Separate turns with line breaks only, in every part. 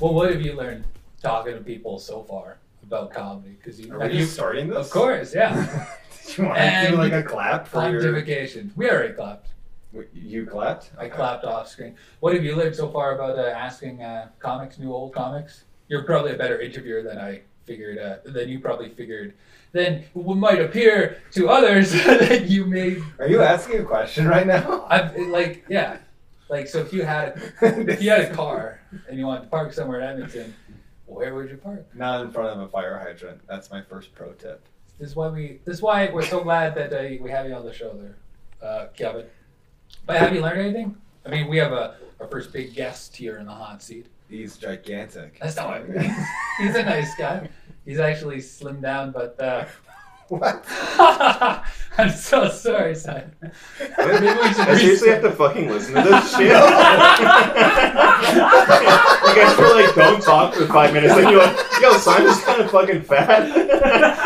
Well, what have you learned talking to people so far about comedy? Because you,
Are
have
we
you
just starting this?
of course, yeah.
do you want to do
And-
like a clap for your?
Pontification. We already clapped.
Wait, You clapped.
I
Okay.
clapped off screen. What have you learned so far about uh, asking uh, comics, new old comics? You're probably a better interviewer than I figured. Uh, than you probably figured. Then what might appear to others that you may.
Are you asking a question right now?
I've like yeah, like so if you had if you had a car and you wanted to park somewhere in Edmonton, where would you park?
Not in front of a fire hydrant. That's my first pro tip.
This is why we. This is why we're so glad that uh, we have you on the show there, uh, Kevin. But have you learned anything? I mean, we have a our first big guest here in the hot seat.
He's gigantic.
That's not what I mean. He's a nice guy. He's actually slimmed down, but uh,
what?
I'm so sorry, son. Maybe we should
I seriously
reset.
have to fucking listen to this shit. you guys were like, don't talk for five minutes. Then you went, yo, Simon's kind of fucking fat.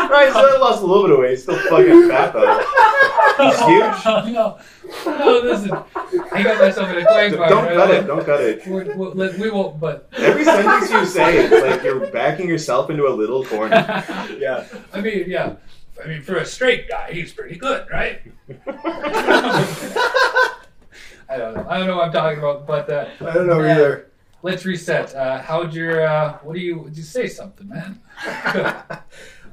right, so I lost a little bit of weight. He's Still fucking fat, though. He's huge.
no, no, listen. I got myself in a clay
Don't
bar.
cut it. Don't cut it.
We're, we're, let- we won't, but
Every sentence you say, it's like you're backing yourself into a little corner.
I
Yeah.
mean, yeah. I mean, for a straight guy, he's pretty good, right? I don't know. I don't know what I'm talking about, but uh,
I don't know
Yeah.
either.
let's reset. Uh, how'd your? Uh, what do you? Did you say something, man?
I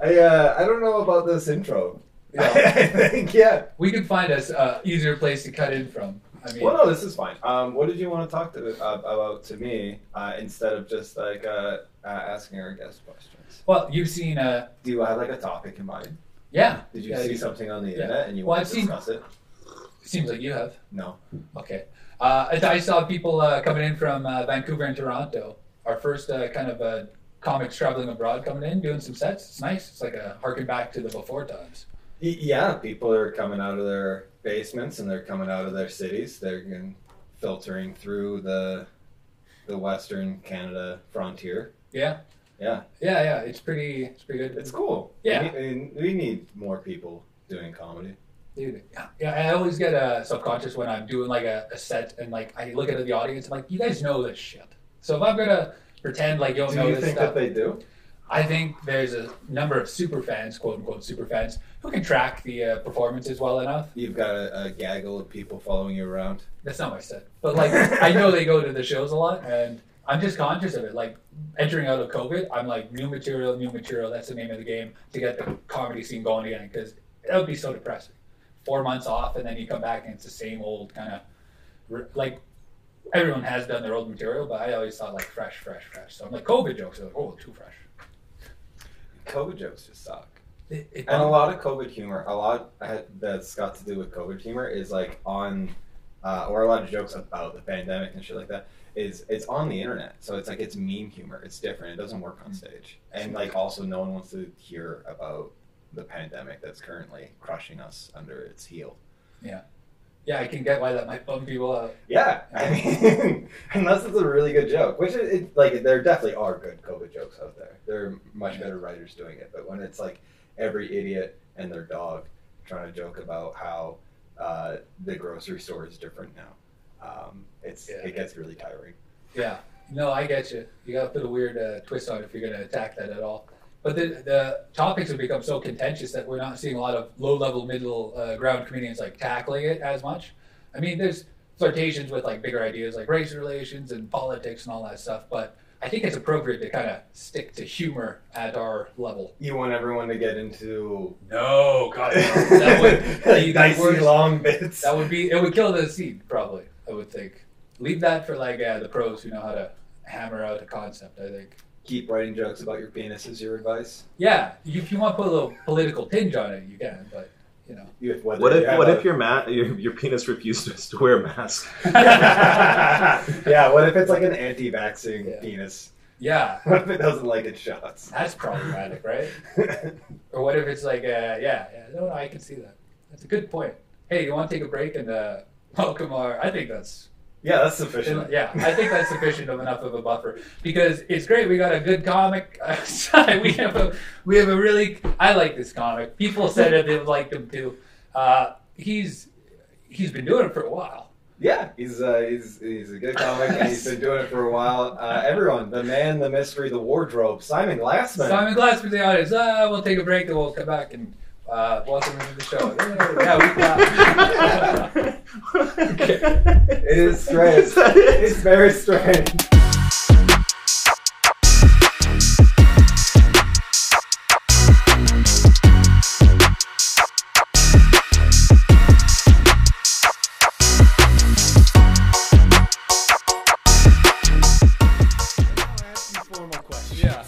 uh, I don't know about this intro.
Yeah.
I think yeah.
Uh, we can find us uh, easier place to cut in from. I mean,
Well, no, this is fine. Um, what did you want to talk to uh, about to me uh, instead of just like uh, uh, asking our guest questions?
well, you've seen, uh,
Do you have like a topic in mind?
yeah.
Did you
Yeah,
see
you-
something on the
yeah.
internet and you
Well,
want
I've
to
seen-
discuss it?
Seems like you have.
No.
Okay. Uh, I, I saw people uh, coming in from uh, Vancouver and Toronto. Our first uh, kind of uh, comics traveling abroad coming in, doing some sets. It's nice. It's like a harken back to the before times.
Y- Yeah, people are coming out of their basements and they're coming out of their cities. They're gon- filtering through the the Western Canada frontier.
Yeah.
Yeah,
Yeah, yeah. It's pretty. It's pretty good.
it's cool.
Yeah.
we, need- we need more people doing comedy.
Dude, yeah, yeah, I always get uh, subconscious when I'm doing like a, a set and like I look at the audience. I'm like, you guys know this shit. So if I'm gonna pretend like you don't
Do
know
you
this
think
stuff,
that they do?
I think there's a number of super fans, quote unquote super fans, who can track the uh, performances well enough.
You've got a, a gaggle of people following you around.
That's not what I said, but like I know they go to the shows a lot, and I'm just conscious of it. Like entering out of COVID, I'm like new material, new material. That's the name of the game to get the comedy scene going again because that would be so depressing. Four months off, and then you come back and it's the same old kind of like everyone has done their old material, but I always thought like fresh, fresh, fresh. So I'm like COVID jokes are like oh too fresh.
COVID jokes just suck.
It, it
And a lot of COVID humor, a lot that's got to do with COVID humor is like on, uh, or a lot of jokes about the pandemic and shit like that is it's on the internet. So it's like it's meme humor. It's different. It doesn't work on stage. And like also, no one wants to hear about the pandemic that's currently crushing us under its heel.
yeah, I can get why that might bum people out.
Yeah, I mean, unless it's a really good joke, which it, it like there definitely are good COVID jokes out there. There are much better writers doing it, but when it's like every idiot and their dog trying to joke about how uh, the grocery store is different now, um, it's
Yeah.
it gets really tiring.
Yeah. No, I get you. You got to put a weird uh, twist on it if you're going to attack that at all. But the, the topics have become so contentious that we're not seeing a lot of low level, middle uh, ground comedians like tackling it as much. I mean, there's flirtations with like bigger ideas like race relations and politics and all that stuff, but I think it's appropriate to kind of stick to humor at our level.
You want everyone to get into
No, God, no. that would be the
dicey
worst.
long bits.
That would be it. Would kill the scene probably. I would think. Leave that for like uh, the pros who know how to hammer out a concept. I think.
Keep writing jokes about your penis is your advice.
Yeah, if you want to put a little political tinge on it, you can. But you know,
You have whether
What
you
if
have
what
a-
if your ma- your, your penis refuses to wear a mask?
yeah, what if it's like an anti-vaxxing
Yeah.
penis?
yeah,
What if it doesn't like its shots?
that's problematic, right? Or what if it's like, uh, yeah, yeah, no, no, I can see that. That's a good point. Hey, you want to take a break and uh, welcome our? I think that's
yeah, that's sufficient.
yeah, I think that's sufficient of enough of a buffer because it's great. We got a good comic. Uh, we have a we have a really. I like this comic. People said that they liked him too. Uh, he's he's been doing it for a while.
Yeah, he's uh, he's he's a good comic, and he's been doing it for a while. Uh, everyone, the man, the mystery, the wardrobe, Simon Glassman.
Simon Glass for the audience. Ah, we'll take a break and we'll come back and uh, welcome him to the show. Yeah, we clap.
It is strange.
Is that it?
It's very strange.
formal questions.
yeah.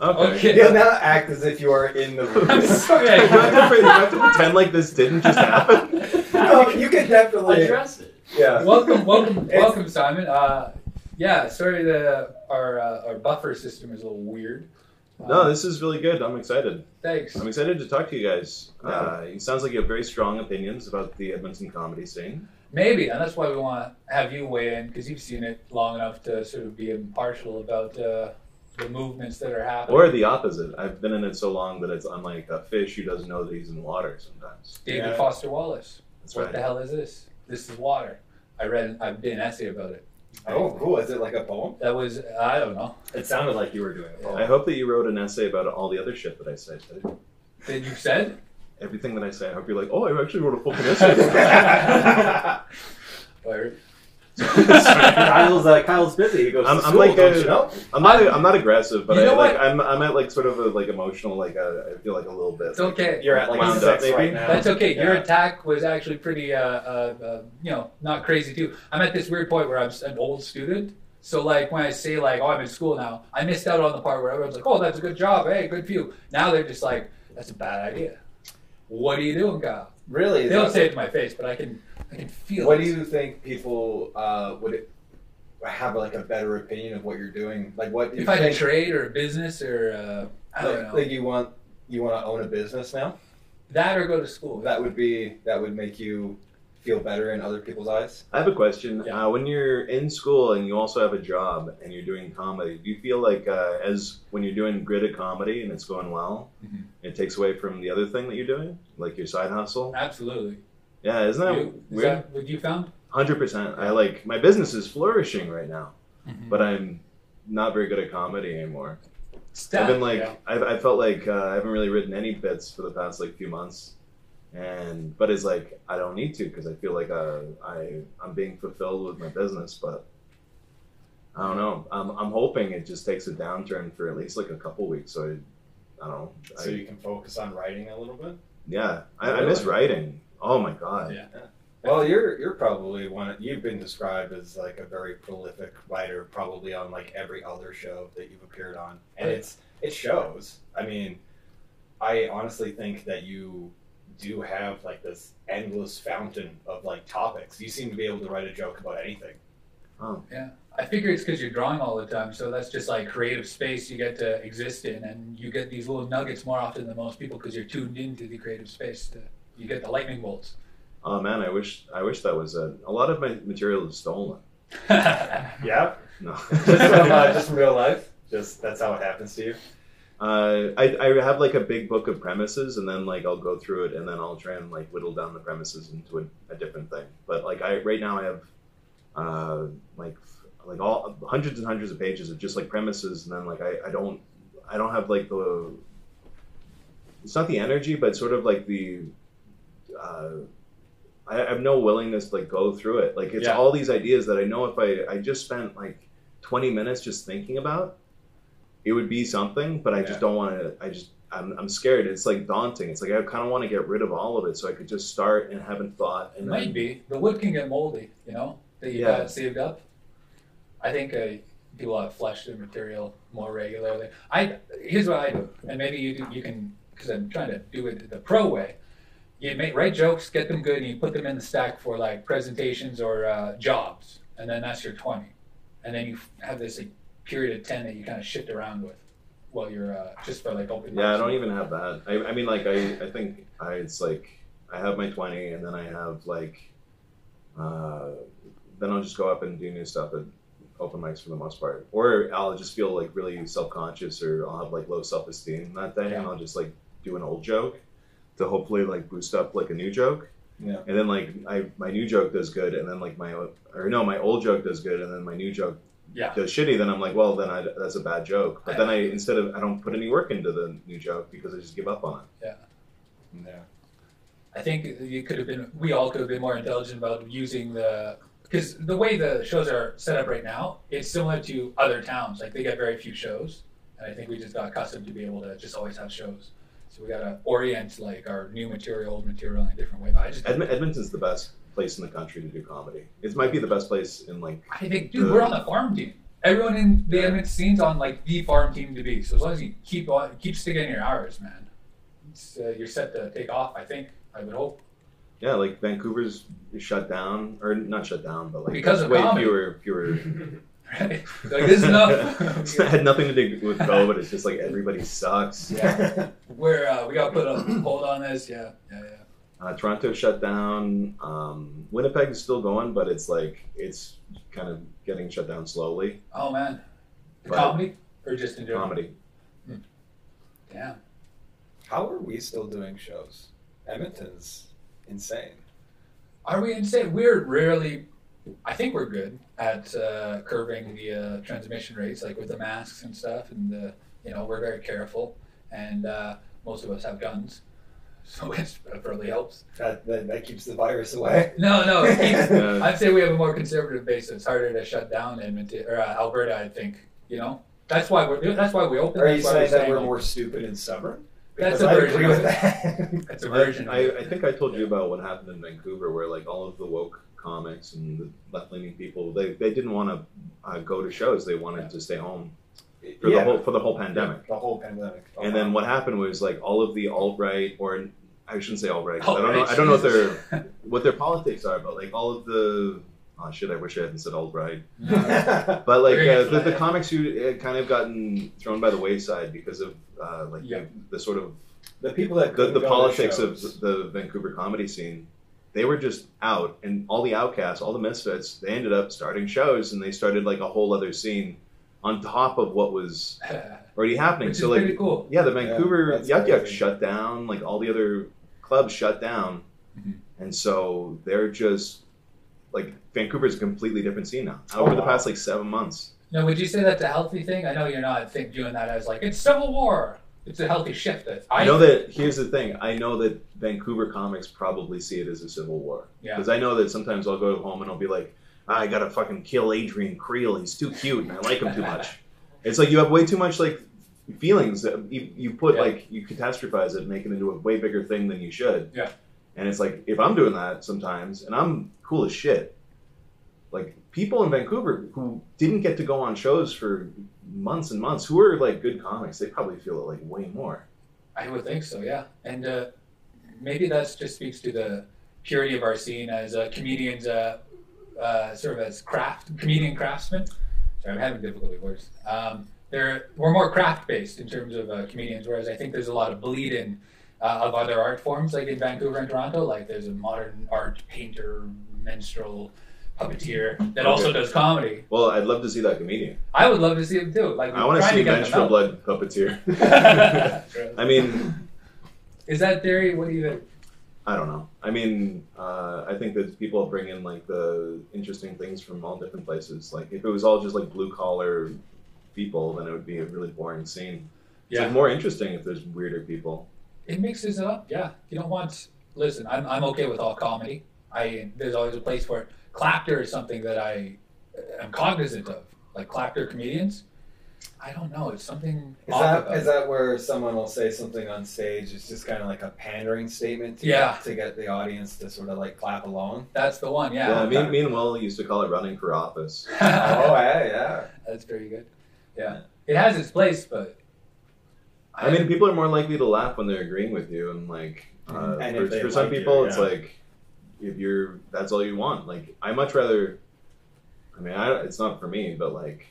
Okay.
You'll now act as if you are in the room.
I'm sorry.
You have, to, you have to pretend like this didn't just happen.
No, you can definitely.
Address it.
Yeah.
welcome, welcome,
It's-
welcome, Simon. Uh, yeah, sorry that our uh, our buffer system is a little weird. Uh,
No, this is really good. I'm excited.
thanks.
I'm excited to talk to you guys. Uh, it sounds like you have very strong opinions about the Edmonton comedy scene.
Maybe, and that's why we want to have you weigh in because you've seen it long enough to sort of be impartial about uh, the movements that are happening.
Or the opposite. I've been in it so long that it's unlike a fish who doesn't know that he's in water sometimes.
David
Yeah.
Foster Wallace.
That's
what
right.
the hell is this? This is water. I read. I did an essay about it.
Oh, cool. Is it like a poem?
That was I don't know.
It sounded like you were doing a
I hope that you wrote an essay about all the other shit that I said. too.
That you said.
Everything that I say, I hope you're like, oh, I actually wrote a fucking essay.
poem.
Or,
Kyle's uh, Kyle's busy. He goes.
I'm-
to
I'm
school,
like
don't
a-
you know?
I'm not, I'm not aggressive, but
You know
I like,
what?
I'm, I'm at like sort of a, like emotional, like uh, I feel like a little bit.
it's okay.
You're at like
Wound up,
six right
maybe?
now.
That's okay. Your
Yeah.
attack was actually pretty, uh, uh, uh, you know, not crazy too. I'm at this weird point where I'm s- an old student. So like when I say like, oh, I'm in school now, I missed out on the part where everyone's like, oh, that's a good job, hey, good view. Now they're just like, that's a bad idea. What are you doing, Kyle?
Really?
They
is
don't
that-
say it to my face, but I can, I can feel.
What
it.
do you think people uh, would it, have like a better opinion of what you're doing? Like what
If
you
I had a
think,
trade or a business or uh, I don't
like,
know
like you want you want to own a business now?
that or go to school.
That would be that would make you feel better in other people's eyes.
I have a question.
Yeah.
Uh, when you're in school and you also have a job and you're doing comedy, do you feel like uh, as when you're doing gritted comedy and it's going well,
Mhm.
it takes away from the other thing that you're doing, like your side hustle?
Absolutely.
Yeah, isn't that
You, is
weird?
that what you found?
Hundred percent. I like my business is flourishing right now,
Mm-hmm.
but I'm not very good at comedy anymore.
Stop.
I've been like,
yeah.
I've, I felt like uh, I haven't really written any bits for the past like few months, and but it's like I don't need to because I feel like uh, I I'm being fulfilled with my business, but I don't know. I'm I'm hoping it just takes a downturn for at least like a couple weeks. So I, I don't know. I,
So you can focus on writing a little bit.
yeah, I, I miss writing. Oh my god.
Yeah.
Well, you're you're probably one. You've been described as like a very prolific writer, probably on like every other show that you've appeared on, and it's it shows. I mean, I honestly think that you do have like this endless fountain of like topics. You seem to be able to write a joke about anything.
I figure it's because you're drawing all the time, so that's just like creative space you get to exist in, and you get these little nuggets more often than most people because you're tuned into the creative space. To, you get the lightning bolts.
Oh man, I wish I wish that was a. A lot of my material is stolen.
yeah,
Yeah,
No.
just from uh, just from real life. Just that's how it happens to you.
Uh, I, I have like a big book of premises and then like I'll go through it and then I'll try and like whittle down the premises into a, a different thing. But like I right now I have uh, like like all hundreds and hundreds of pages of just like premises and then like I, I don't I don't have like the it's not the energy but sort of like the uh, I I have no willingness to like go through it. Like it's
Yeah.
all these ideas that I know if I I just spent like 20 minutes just thinking about it would be something but i
Yeah.
just don't want to i just I'm, I'm scared it's like daunting it's like i kind of want to get rid of all of it so i could just start and haven't thought
it
and
might be the wood can get moldy. You know that you
Yeah.
got saved up. I think uh, people have flushed their material more regularly. I here's what I do, and maybe you do, you can because I'm trying to do it the pro way. You make write jokes, get them good, and you put them in the stack for like presentations or uh, jobs, and then that's your twenty, and then you f- have this like, period of ten that you kind of shift around with while you're uh, just for like open.
yeah i
mics.
don't even have that i, I mean like I, I think i it's like i have my 20 and then i have like uh, then i'll just go up and do new stuff at open mics for the most part or i'll just feel like really self-conscious or i'll have like low self-esteem that day and i'll just like do an old joke to hopefully like boost up like a new joke
Yeah.
And then like I my new joke does good, and then like my o- or no my old joke does good, and then my new joke
Yeah.
does shitty. Then I'm like, well, then I, that's a bad joke. But then I instead of I don't put any work into the new joke because I just give up on it.
Yeah.
I think you could have been, we all could have been more intelligent about using the, because the way the shows are set up right now, it's similar to other towns. Like they get very few shows, and I think we just got accustomed to be able to just always have shows. So we gotta orient like our new material, old material in a different way. But I just,
Edm- Edmonton's the best place in the country to do comedy. It might be the best place in like
I think, dude, we're on the farm team. Everyone in the Edmonton scene's on like the farm team to be. So as long as you keep on, keep sticking in your hours, man, it's, uh, you're set to take off. I think. I would hope.
yeah like Vancouver's shut down or not shut down, but like
Because of
way
comedy.
fewer fewer
Right? Like this is enough.
it had nothing to do with COVID. It's just like everybody sucks.
Yeah. We're uh, we gotta put a hold on this. Yeah, yeah, yeah.
Uh, Toronto shut down. Um, Winnipeg is still going, but it's like it's kind of getting shut down slowly.
Oh man, the
Right.
comedy or just in general?
Comedy.
Damn.
How are we still doing shows? Edmonton's insane.
Are we insane? We're rarely. I think we're good at uh, curving the uh, transmission rates, like with the masks and stuff, and the you know we're very careful, and uh, most of us have guns, so it's- it really helps.
That, that, that keeps the virus away.
No, no, Oh, it keeps
Uh,
I'd say we have a more conservative base. So it's harder to shut down Edmonton or uh, Alberta. I think you know that's why we're that's why we open.
Are
that's
you
why
saying that we're
open.
more stupid and stubborn?
That's
Because
a
I
version
agree
of
with
it.
that.
That's a version. of
I,
it.
I think I told you about what happened in Vancouver, where like all of the woke comics and the left-leaning people, they, they didn't want to uh, go to shows. They wanted to stay home for the
yeah,
whole for the whole pandemic.
the whole pandemic.
And then what happened was like all of the alt right, or I shouldn't say alt right. I don't know.
Outrage.
I don't know what their what their politics are, but like all of the oh shit, I wish I hadn't said alt right.
No.
But like
Very
uh,
good
the, the
plan.
comics who had kind of gotten thrown by the wayside because of uh, like
Yeah.
the, the sort of
the people that
the,
couldn't
the
go to
politics of
shows-
the Vancouver comedy scene, they were just out, and all the outcasts, all the misfits, they ended up starting shows, and they started like a whole other scene on top of what was already happening.
Which is
so like
pretty cool.
yeah, the
Yeah,
Vancouver
that's
Yuck Yuck
crazy.
shut down. Like all the other clubs shut down,
Mm-hmm.
Mhm.
and so they're just like Vancouver's a completely different scene now.
Oh,
Over the
wow.
past like seven months,
Now, would you say that's a healthy thing? I know you're not think doing that as like it's civil war. It's a healthy shift. I,
I know that. Here's the thing: I know that Vancouver comics probably see it as a civil war
Yeah.
because I know that sometimes I'll go home and I'll be like, "Ah, I gotta fucking kill Adrian Creel. He's too cute, and I like him too much. it's like you have way too much like feelings that you, you put
Yeah.
like you catastrophize it make it into a way bigger thing than you should
Yeah.
and it's like if i'm doing that sometimes and i'm cool as shit like people in vancouver who didn't get to go on shows for months and months who are like good comics they probably feel it like way more
I would think so. Yeah, and uh, maybe that just speaks to the purity of our scene as uh, comedians, uh, uh, sort of as craft comedian craftsmen. Sorry, I'm having difficulty with words. Um, they're, we're more craft based in terms of uh, comedians, whereas I think there's a lot of bleed in uh, of other art forms, like in Vancouver and Toronto. Like there's a modern art painter, minstrel, puppeteer that also
Okay.
does comedy.
well i'd love to see that comedian
I would love to see him too. Like
i want to see
Venture
vengeful blood puppeteer i mean
Is that theory? What do you think?
I don't know. I mean, uh, I think that people bring in like the interesting things from all different places. Like if it was all just like blue collar people, then it would be a really boring scene. It's
Yeah.
like more interesting if there's weirder people.
it mixes it up. Yeah, you don't want. Listen, I'm I'm okay with all comedy. I there's always a place for it. Clapter is something that I am cognizant of, like clapter comedians. I don't know. It's something.
Is
off
that
about
is
it.
that where someone will say something on stage? It's just kind of like a pandering statement to,
Yeah.
to get the audience to sort of like clap along.
That's the one.
Yeah.
Yeah.
me, me and Will used to call it running for office.
oh yeah, yeah.
That's pretty good. Yeah, it has its place, but
I mean, people are more likely to laugh when they're agreeing with you, and like uh,
Mm-hmm. And
for,
if they
for some
like you,
people, it's
yeah.
like if you're that's all you want. Like I much rather. I mean, I, don't- it's not for me, but like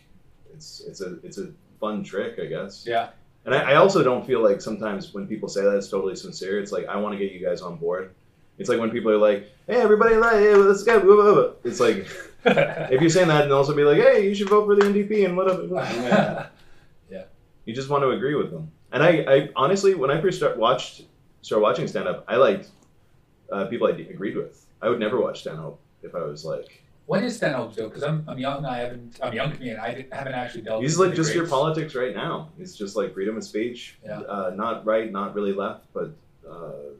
it's it's a it's a fun trick, I guess.
yeah,
And I, I also don't feel like sometimes when people say that it's totally sincere. It's like I want to get you guys on board. It's like when people are like, "Hey, everybody, like, hey, let's go." blah, blah, blah." It's like if you're saying that, and also be like, "Hey, you should vote for the NDP and whatever."
Yeah.
You just want to agree with them. And I, I honestly, when I first start watched started watching stand up, I liked uh, people I d- agreed with. I would never watch Stanhope if I was like
When is Stan Hope's though? Because I'm, I'm young. and I haven't. I'm young to me, and I didn't- haven't actually dealt.
he's
with
like
the
just your
greats.
politics right now. He's just like freedom of speech,
Yeah.
uh, not right, not really left, but uh,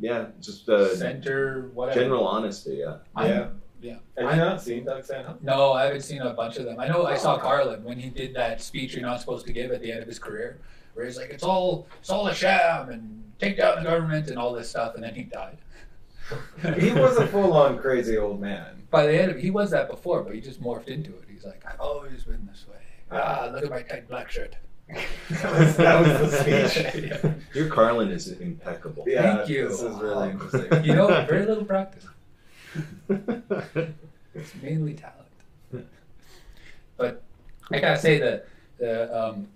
yeah, just uh,
center, whatever.
general honesty. Yeah,
I'm-
Yeah.
yeah.
Have
I-
you not seen Doug Stanhope?
No, I haven't seen a bunch of them. I know I saw Carlin when he did that speech you're not supposed to give at the end of his career, where he's like, "It's all, it's all a sham and take down the government and all this stuff," and then he died.
He was a full-on crazy old man.
By the end of it, he was that before, but he just morphed into it. He's like, "I've always been this way." Ah, look at my tight black shirt.
that, was, that was the speech.
Yeah.
your Carlin is impeccable.
Yeah,
Thank you.
This is really interesting.
You know, very little practice. It's mainly talent. But I gotta say the the um,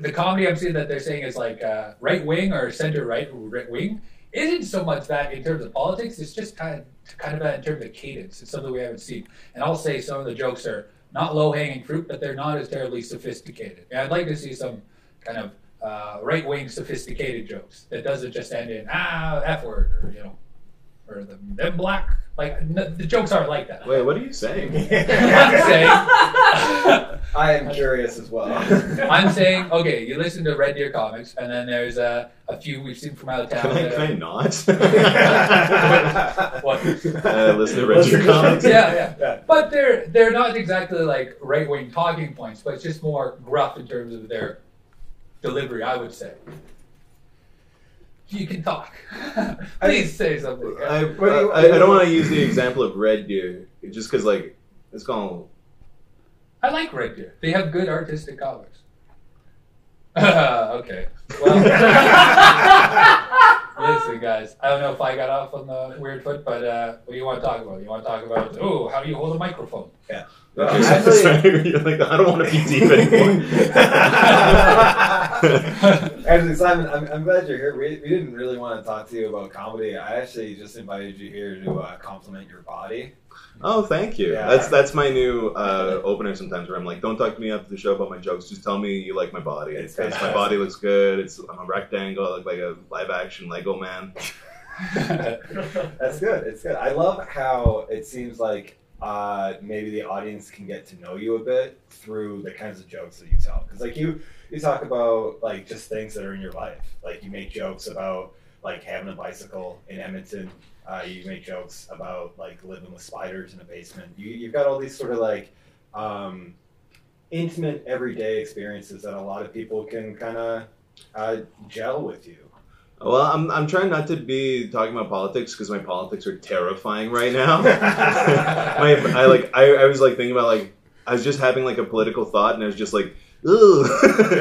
the comedy I'm seeing that they're saying is like uh, right wing or center right right wing isn't so much that in terms of politics. It's just kind of kind of that in terms of cadence. It's something we haven't seen. And I'll say some of the jokes are not low hanging fruit, but they're not as terribly sophisticated. And I'd like to see some kind of uh, right wing sophisticated jokes that doesn't just end in ah f word or you know or the them black like n- the jokes aren't like that.
Wait, what are you saying?
I'm saying
I am curious as well.
Uh,
I'm saying, okay, you listen to Red Deer Comics, and then there's a, a few we've seen from out of
Can
town.
I,
that
can
are-
I not?
What?
uh, listen to Richard Comics.
Yeah, yeah.
Yeah.
But they're they're not exactly like right wing talking points, but it's just more gruff in terms of their delivery, I would say. You can talk. Please say something.
I, I, I don't want to use the example of Red Deer just because like it's gonna
I like Red Deer. They have good artistic comics. okay. Well, listen, guys. I don't know if I got off on the weird foot, but uh, what do you want to talk about? You want to talk about oh, how do you hold a microphone?
Well,
You're
actually-
you're like, I don't want to be deep anymore.
Actually, Simon, I'm, I'm glad you're here. We, we didn't really want to talk to you about comedy. I actually just invited you here to uh, compliment your body.
oh, thank you.
Yeah.
That's that's my new uh, opener sometimes where I'm like, don't talk me after the show about my jokes. Just tell me you like my body.
It's
Because my
fantastic.
body looks good. It's I'm a rectangle. I look like a live action Lego man.
That's good. It's good. I love how it seems like uh, maybe the audience can get to know you a bit through the kinds of jokes that you tell. Because like you, you talk about like just things that are in your life. Like you make jokes about like having a bicycle in Edmonton. Uh, you make jokes about like living with spiders in a basement. You, you've got all these sort of like um, intimate everyday experiences that a lot of people can kind of uh, gel with you.
Well, I'm, I'm trying not to be talking about politics because my politics are terrifying right now. my, I like I, I was like thinking about like I was just having like a political thought and I was just like ooh like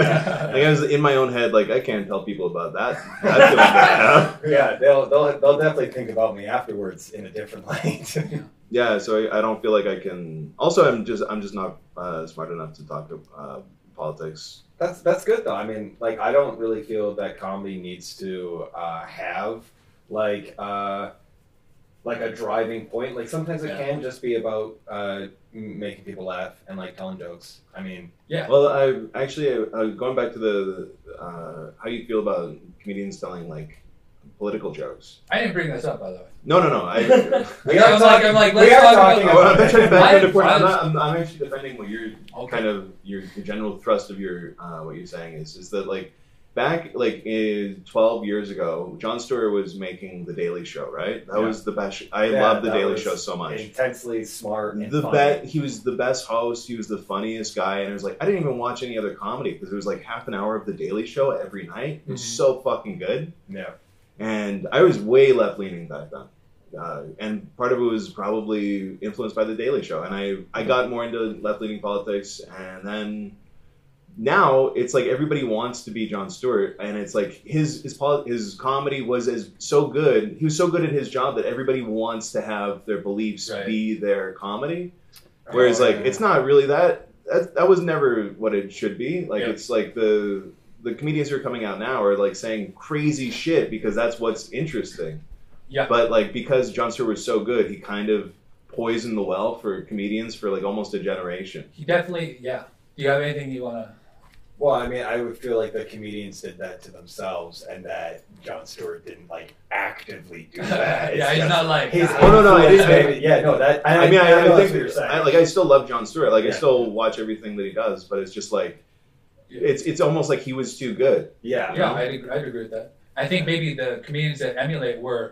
I was in my own head like I can't tell people about that that's gonna work out.
Yeah, they'll they'll they'll definitely think about me afterwards in a different light.
yeah so I, I don't feel like I can also I'm just I'm just not uh, smart enough to talk to uh, politics
that's that's good though. I mean, like I don't really feel that comedy needs to uh, have like uh, like a driving point. Like sometimes it
Yeah.
can just be about uh, m- making people laugh and like telling jokes. I mean,
yeah.
well I actually uh, going back to the uh, how you feel about comedians telling like political jokes
I didn't bring this up by the way.
no no no I
we are
I'm like-
talking.
I'm like,
we
let's
are
talk
talking
about-
Well, I'm
about.
actually
it.
back
Mine-
into point. I'm,
mine's-
not, I'm, I'm actually defending what you're
Okay.
kind of your, your general thrust of your uh, what you're saying is is that like back like eh, 12 years ago, John Stewart was making The Daily Show, right? That
Yeah.
was the best. sh- I
Yeah,
love The
that
Daily
was
Show so much.
Intensely smart. And
The
funny.
bet he was the best host. He was the funniest guy, and it was like I didn't even watch any other comedy because it was like half an hour of The Daily Show every night. It was
Mhm.
so fucking good
Mm-hmm. Yeah.
and I was way left leaning back then. Uh, and part of it was probably influenced by The Daily Show, and I I got more into left leaning politics, and then now it's like everybody wants to be John Stewart, and it's like his his poli- his comedy was as so good. He was so good at his job that everybody wants to have their beliefs
Right.
be their comedy. Whereas
Oh,
like
yeah.
it's not really that that that was never what it should be. Like
Yeah.
it's like the the comedians who are coming out now are like saying crazy shit because that's what's interesting.
Yeah.
But like because John Stewart was so good, he kind of poisoned the well for comedians for like almost a generation.
He definitely yeah. Do you have anything you wanna
Well, I mean, I would feel like the comedians did that to themselves, and that John Stewart didn't like actively do that. It's
yeah, he's
just-
not like.
His
Oh, no, no, I
influence
didn't-
maybe- yeah, no, that.
I, I mean, I, I
know
think
what you're saying.
I, like I still love John Stewart. Like I
Yeah.
still watch everything that he does, but it's just like
Yeah.
it's it's almost like he was too good.
yeah,
Yeah, I'd, ag- I'd agree with that. I think maybe the comedians that emulate were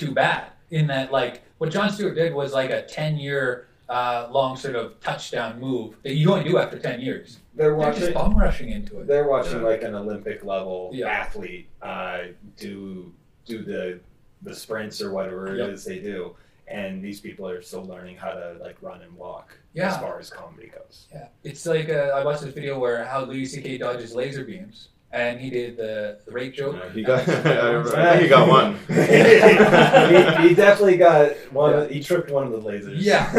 too bad in that, like, what John Stewart did was like a 10 year uh, long sort of touchdown move that you only do after 10 years.
they're
They're just
watching.
bum rushing into it.
They're watching like an Olympic level
Yeah.
athlete uh, do do the the sprints or whatever it is
Yep.
they do, and these people are still learning how to like run and walk as
Yeah.
far as comedy goes.
Yeah. It's like uh, I watched this video where how Louis C.K. dodges laser beams, and he did the, the rape joke.
He got, I, remember, I think he got one.
he, he definitely got one. of- He tripped one of the lasers.
Yeah.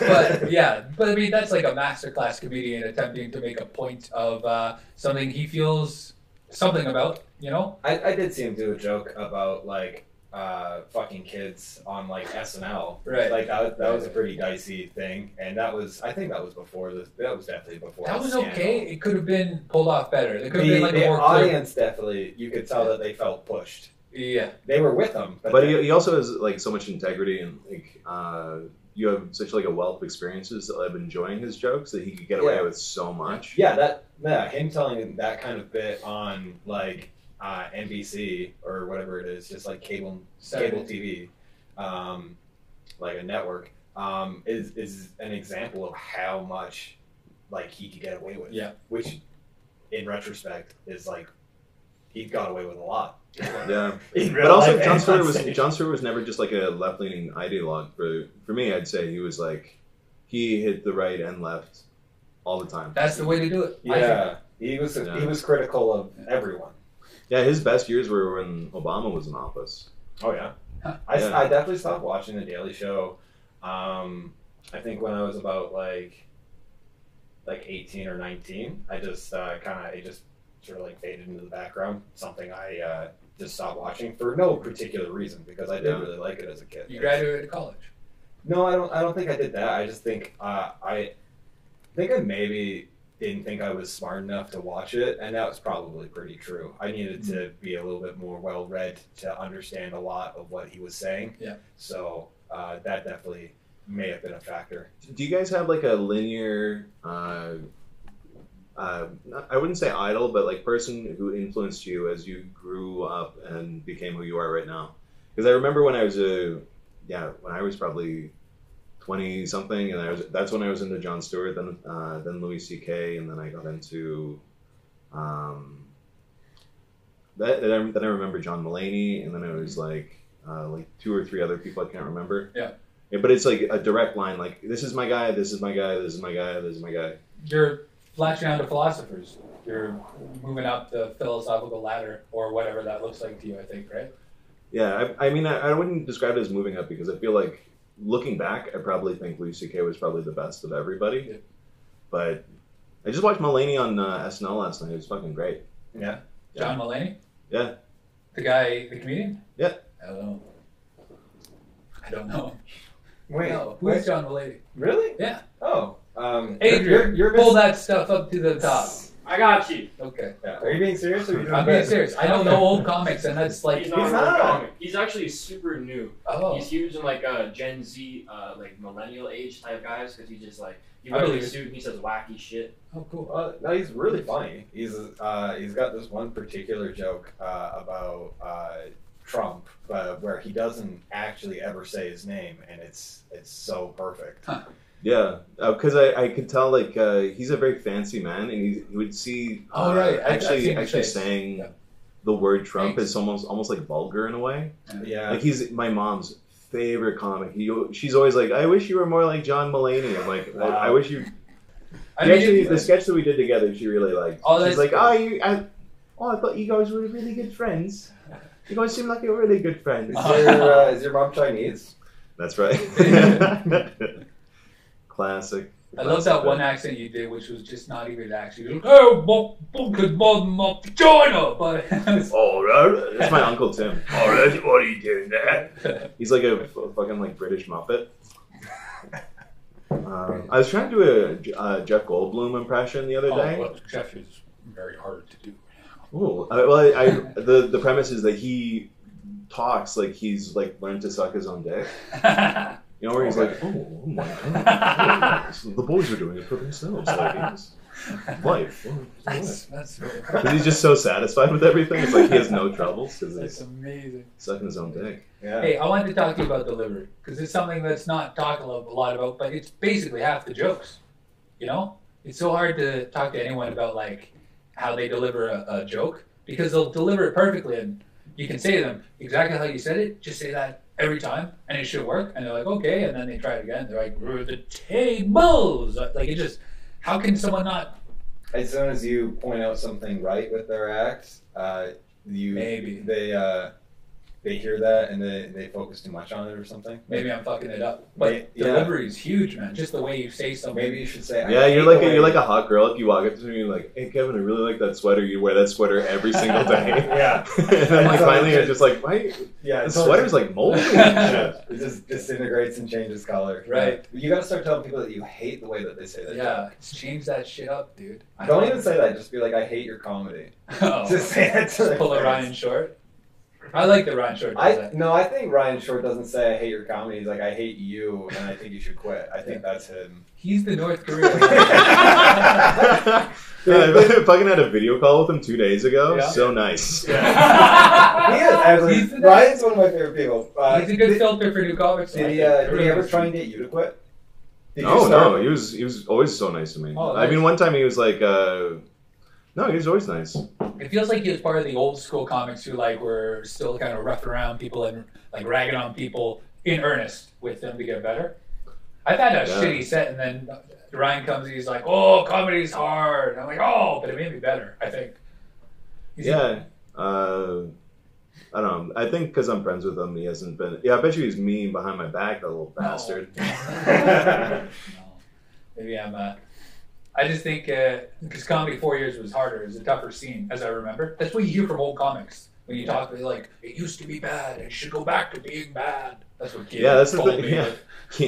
but yeah, but I mean that's like a masterclass comedian attempting to make a point of uh, something he feels something about, you know?
I, I did see him do a joke about like uh, fucking kids on like SNL.
Right.
Like that, that was a pretty dicey thing, and that was I think that was before this. That was definitely before.
That
the
was
scandal.
okay. It could have been pulled off better. It could have
the,
been like
the
a more
audience definitely you could tell that they felt pushed
clear. Yeah,
they were with them but,
But he, he also has like so much integrity and like uh, you have such like a wealth of experiences that I've enjoying his jokes that he could get away
Yeah.
with so much.
yeah that yeah him telling that kind of bit on like uh, nbc or whatever it is just like cable cable
Saturday.
tv um, like a network um, is is an example of how much like he could get away with
Yeah.
which in retrospect is like he got away with a lot
Yeah.
In
But
real
also,
life
John
and
Stewart
on
was
stage.
John Stewart was never just like a left leaning ideologue. For for me, I'd say he was like he hit the right and left all the time.
that's the way to do it. I think.
yeah he was
Yeah.
he was critical of everyone
Yeah, his best years were when Obama was in office.
Oh yeah.
Huh.
I,
Yeah.
I definitely stopped watching the Daily Show. Um, I think when I was about like like eighteen or nineteen, I just uh, kind of it just sort of like faded into the background. Something I uh, just stopped watching for no particular reason because I did
Yeah.
really like it as a kid.
You graduated college.
No, I don't. I don't think I did that. I just think uh, I think I maybe didn't think I was smart enough to watch it, and that was probably pretty true. I needed to
Mm-hmm.
be a little bit more well read to understand a lot of what he was saying.
Yeah.
So uh, that definitely may have been a factor.
Do you guys have like a linear? Uh, uh, not- I wouldn't say idol, but like person who influenced you as you grew up and became who you are right now. Because I remember when I was a yeah, when I was probably twenty something, and I was that's when I was into John Stewart, then uh, then Louis C.K., and then I got into um, that. Then I, then I remember John Mulaney, and then it was like uh, like two or three other people I can't remember.
Yeah.
Yeah, but it's like a direct line. Like this is my guy. This is my guy. This is my guy. This is my guy.
You're latching onto philosophers. You're moving up the philosophical ladder or whatever that looks like to you. I think, right?
Yeah, I, I mean, I, I wouldn't describe it as moving up because I feel like looking back, I probably think Louis C.K. was probably the best of everybody.
Yeah.
But I just watched Mulaney on uh, SNL last night. It was fucking great.
Yeah.
John Mulaney.
Yeah.
The guy, the comedian.
Yeah.
I don't know. I don't know.
Wait.
no. Who's John Mulaney?
Really?
Yeah.
Oh. Um, you're,
Adrian,
you're
pull
missing-
that stuff up to the top.
I got you.
Okay.
Yeah. Are you being serious or are you doing
I'm being
bad?
serious. I don't know old comics, and that's like,
he's not,
He's
a real
not.
comic. He's actually super new.
oh,
He's huge in like uh, Gen Z, uh, like millennial age type guys because he just like he
I
wears like,
believe
a
it.
suit and he says wacky shit.
oh, cool.
Well, uh, no, he's really funny. He's uh, he's got this one particular joke uh, about uh, Trump, uh, where he doesn't actually ever say his name, and it's it's so perfect.
Yeah, because I, I could tell like uh, he's a very fancy man, and he, you would see
Oh,
uh,
right. I- I've
actually
seen his
actually
face.
saying
Yeah.
the word Trump
Thanks.
is almost almost like vulgar in a way.
Yeah,
Like he's my mom's favorite comic. He, she's always like, "I wish you were more like John Mulaney." I'm like,
Wow.
I, "I wish you."
I
She
mean,
actually, the sketch that we did together, she really liked.
Oh, that's
she's like,
cool.
"Oh, you, I, oh, I thought you guys were really good friends. You guys seem like you're really good friends."
is
Uh-huh.
your uh, is your mom Chinese?
That's right. Classic.
I love that one accent you did, which was just not even actually. You're like, oh, mo- mo- good mo- mo- China, but
All right, Oh, that's my uncle Tim. All right, what are you doing there? He's like a, f- fucking like British Muppet. Um, I was trying to do a J- uh, Jeff Goldblum impression the other
Oh,
day.
well, Jeff is very hard to do.
Ooh, I, well, I, I the the premise is that he talks like he's like learned to suck his own dick. You know, where he's like, oh, oh my god, oh, so the boys are doing it for themselves, ladies. Life. oh,
that's
life."
that's,
But he's just so satisfied with everything. It's like he has no troubles because
that's
he's
amazing.
sucking his own dick.
Yeah.
Hey, I wanted to talk to you about delivery because it's something that's not talked a lo- a lot about, but it's basically half the jokes. You know, it's so hard to talk to anyone about like how they deliver a, a joke because they'll deliver it perfectly, and you can say to them exactly how you said it. Just say that every time, and it should work. And they're like, okay, and then they try it again. They're like, "We're the tables, like it just. How can someone not?
As soon as you point out something right with their act, uh, you
Maybe.
they uh, they hear that and they, they focus too much on it or something.
Maybe I'm fucking it up, but
May- yeah.
delivery is huge, man. Just the way you say something.
Maybe you should say. I
Yeah,
hate
you're like
the
a,
way-
you're like a hot girl. If you walk up to me, you're like, "Hey, Kevin, I really like that sweater. You wear that sweater every single day."
yeah,
and then like finally, you're just like, "Why?
yeah.
The
it's all-
sweater's like moldy." and shit."
It just disintegrates and changes color.
Right.
You got to start telling people that you hate the way that they say that.
Yeah, let's change that shit up, dude.
I Don't even say that. Just be like, I hate your comedy.
Oh.
Just say that to their
pull a
face.
Ryan Short. I like the Ryan Short.
I
design.
no, I think Ryan Short doesn't say I hate your comedy. He's like I hate you, and I think you should quit. I think that's him.
He's the North Korean.
yeah, I fucking had a video call with him two days ago.
Yeah.
So nice.
He is actually.
He's the best.
Ryan's one of my favorite people. Uh,
He's a good
did,
filter for new comics.
did
I
he,
think.
uh, did
Really
he ever
good.
try and get you to quit? Did
Oh, No,
you start-
no, he was he was always so nice to me.
Oh,
I
nice.
mean, one time he was like, uh, "No, he was always nice."
It feels like he was part of the old school comics who like were still kind of roughing around people and like ragging on people in earnest with them to get better. I've had a
Yeah.
shitty set and then Ryan comes and he's like, "Oh, comedy's hard." I'm like, "Oh," but it made me better. I think. He's-
Yeah. Uh, I don't know. I think because I'm friends with him, he hasn't been. Yeah, I bet you he's mean behind my back, that little
No.
bastard.
No. Maybe I'm. Uh, I just think because comedy four years was harder. It was a tougher scene, as I remember. That's what you hear from old comics when you talk. They're like, "It used to be bad. It should go back to being bad." That's what Keaton
Yeah, that's the
told
thing,
me.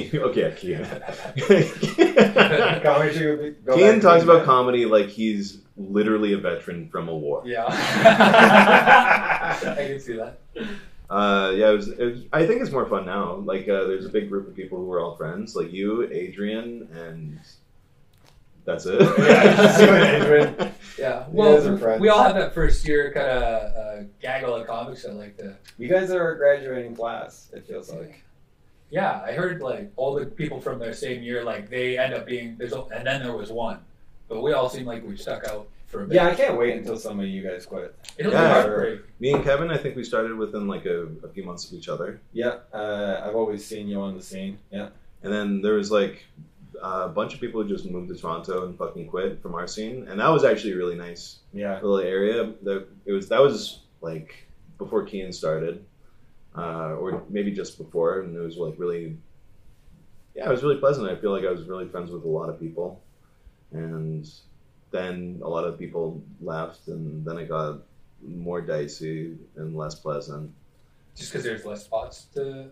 yeah. okay, Kean.
Comedy should be- go back
Kean
to
talks
being
about comedy like he's literally a veteran from a war.
Yeah. I can see that.
Uh, yeah, it was, it was, I think it's more fun now. Like, uh, there's a big group of people who are all friends, like you, Adrian, and that's it.
Yeah, you and Adrian.
Yeah.
You guys are
Well,
friends.
we all have that first year kind of uh, gaggle of comics that like to.
You guys are a graduating class. It feels like.
Yeah, I heard like all the people from their same year, like they end up being there's, o- and then there was one, but we all seem like we stuck out for a bit.
Yeah, I can't wait until some of you guys quit.
it'll
Yeah.
be heartbreak.
Me and Kevin, I think we started within like a, a few months of each other,
Yeah, uh, I've always seen you on the scene. Yeah.
and then there was like a bunch of people who just moved to Toronto and fucking quit from our scene, and that was actually really nice
Yeah.
little area. That it was that was like before Kean started, uh, or maybe just before, and it was like really, yeah, it was really pleasant. I feel like I was really friends with a lot of people, and then a lot of people left, and then it got more dicey and less pleasant.
Just because there's less spots to.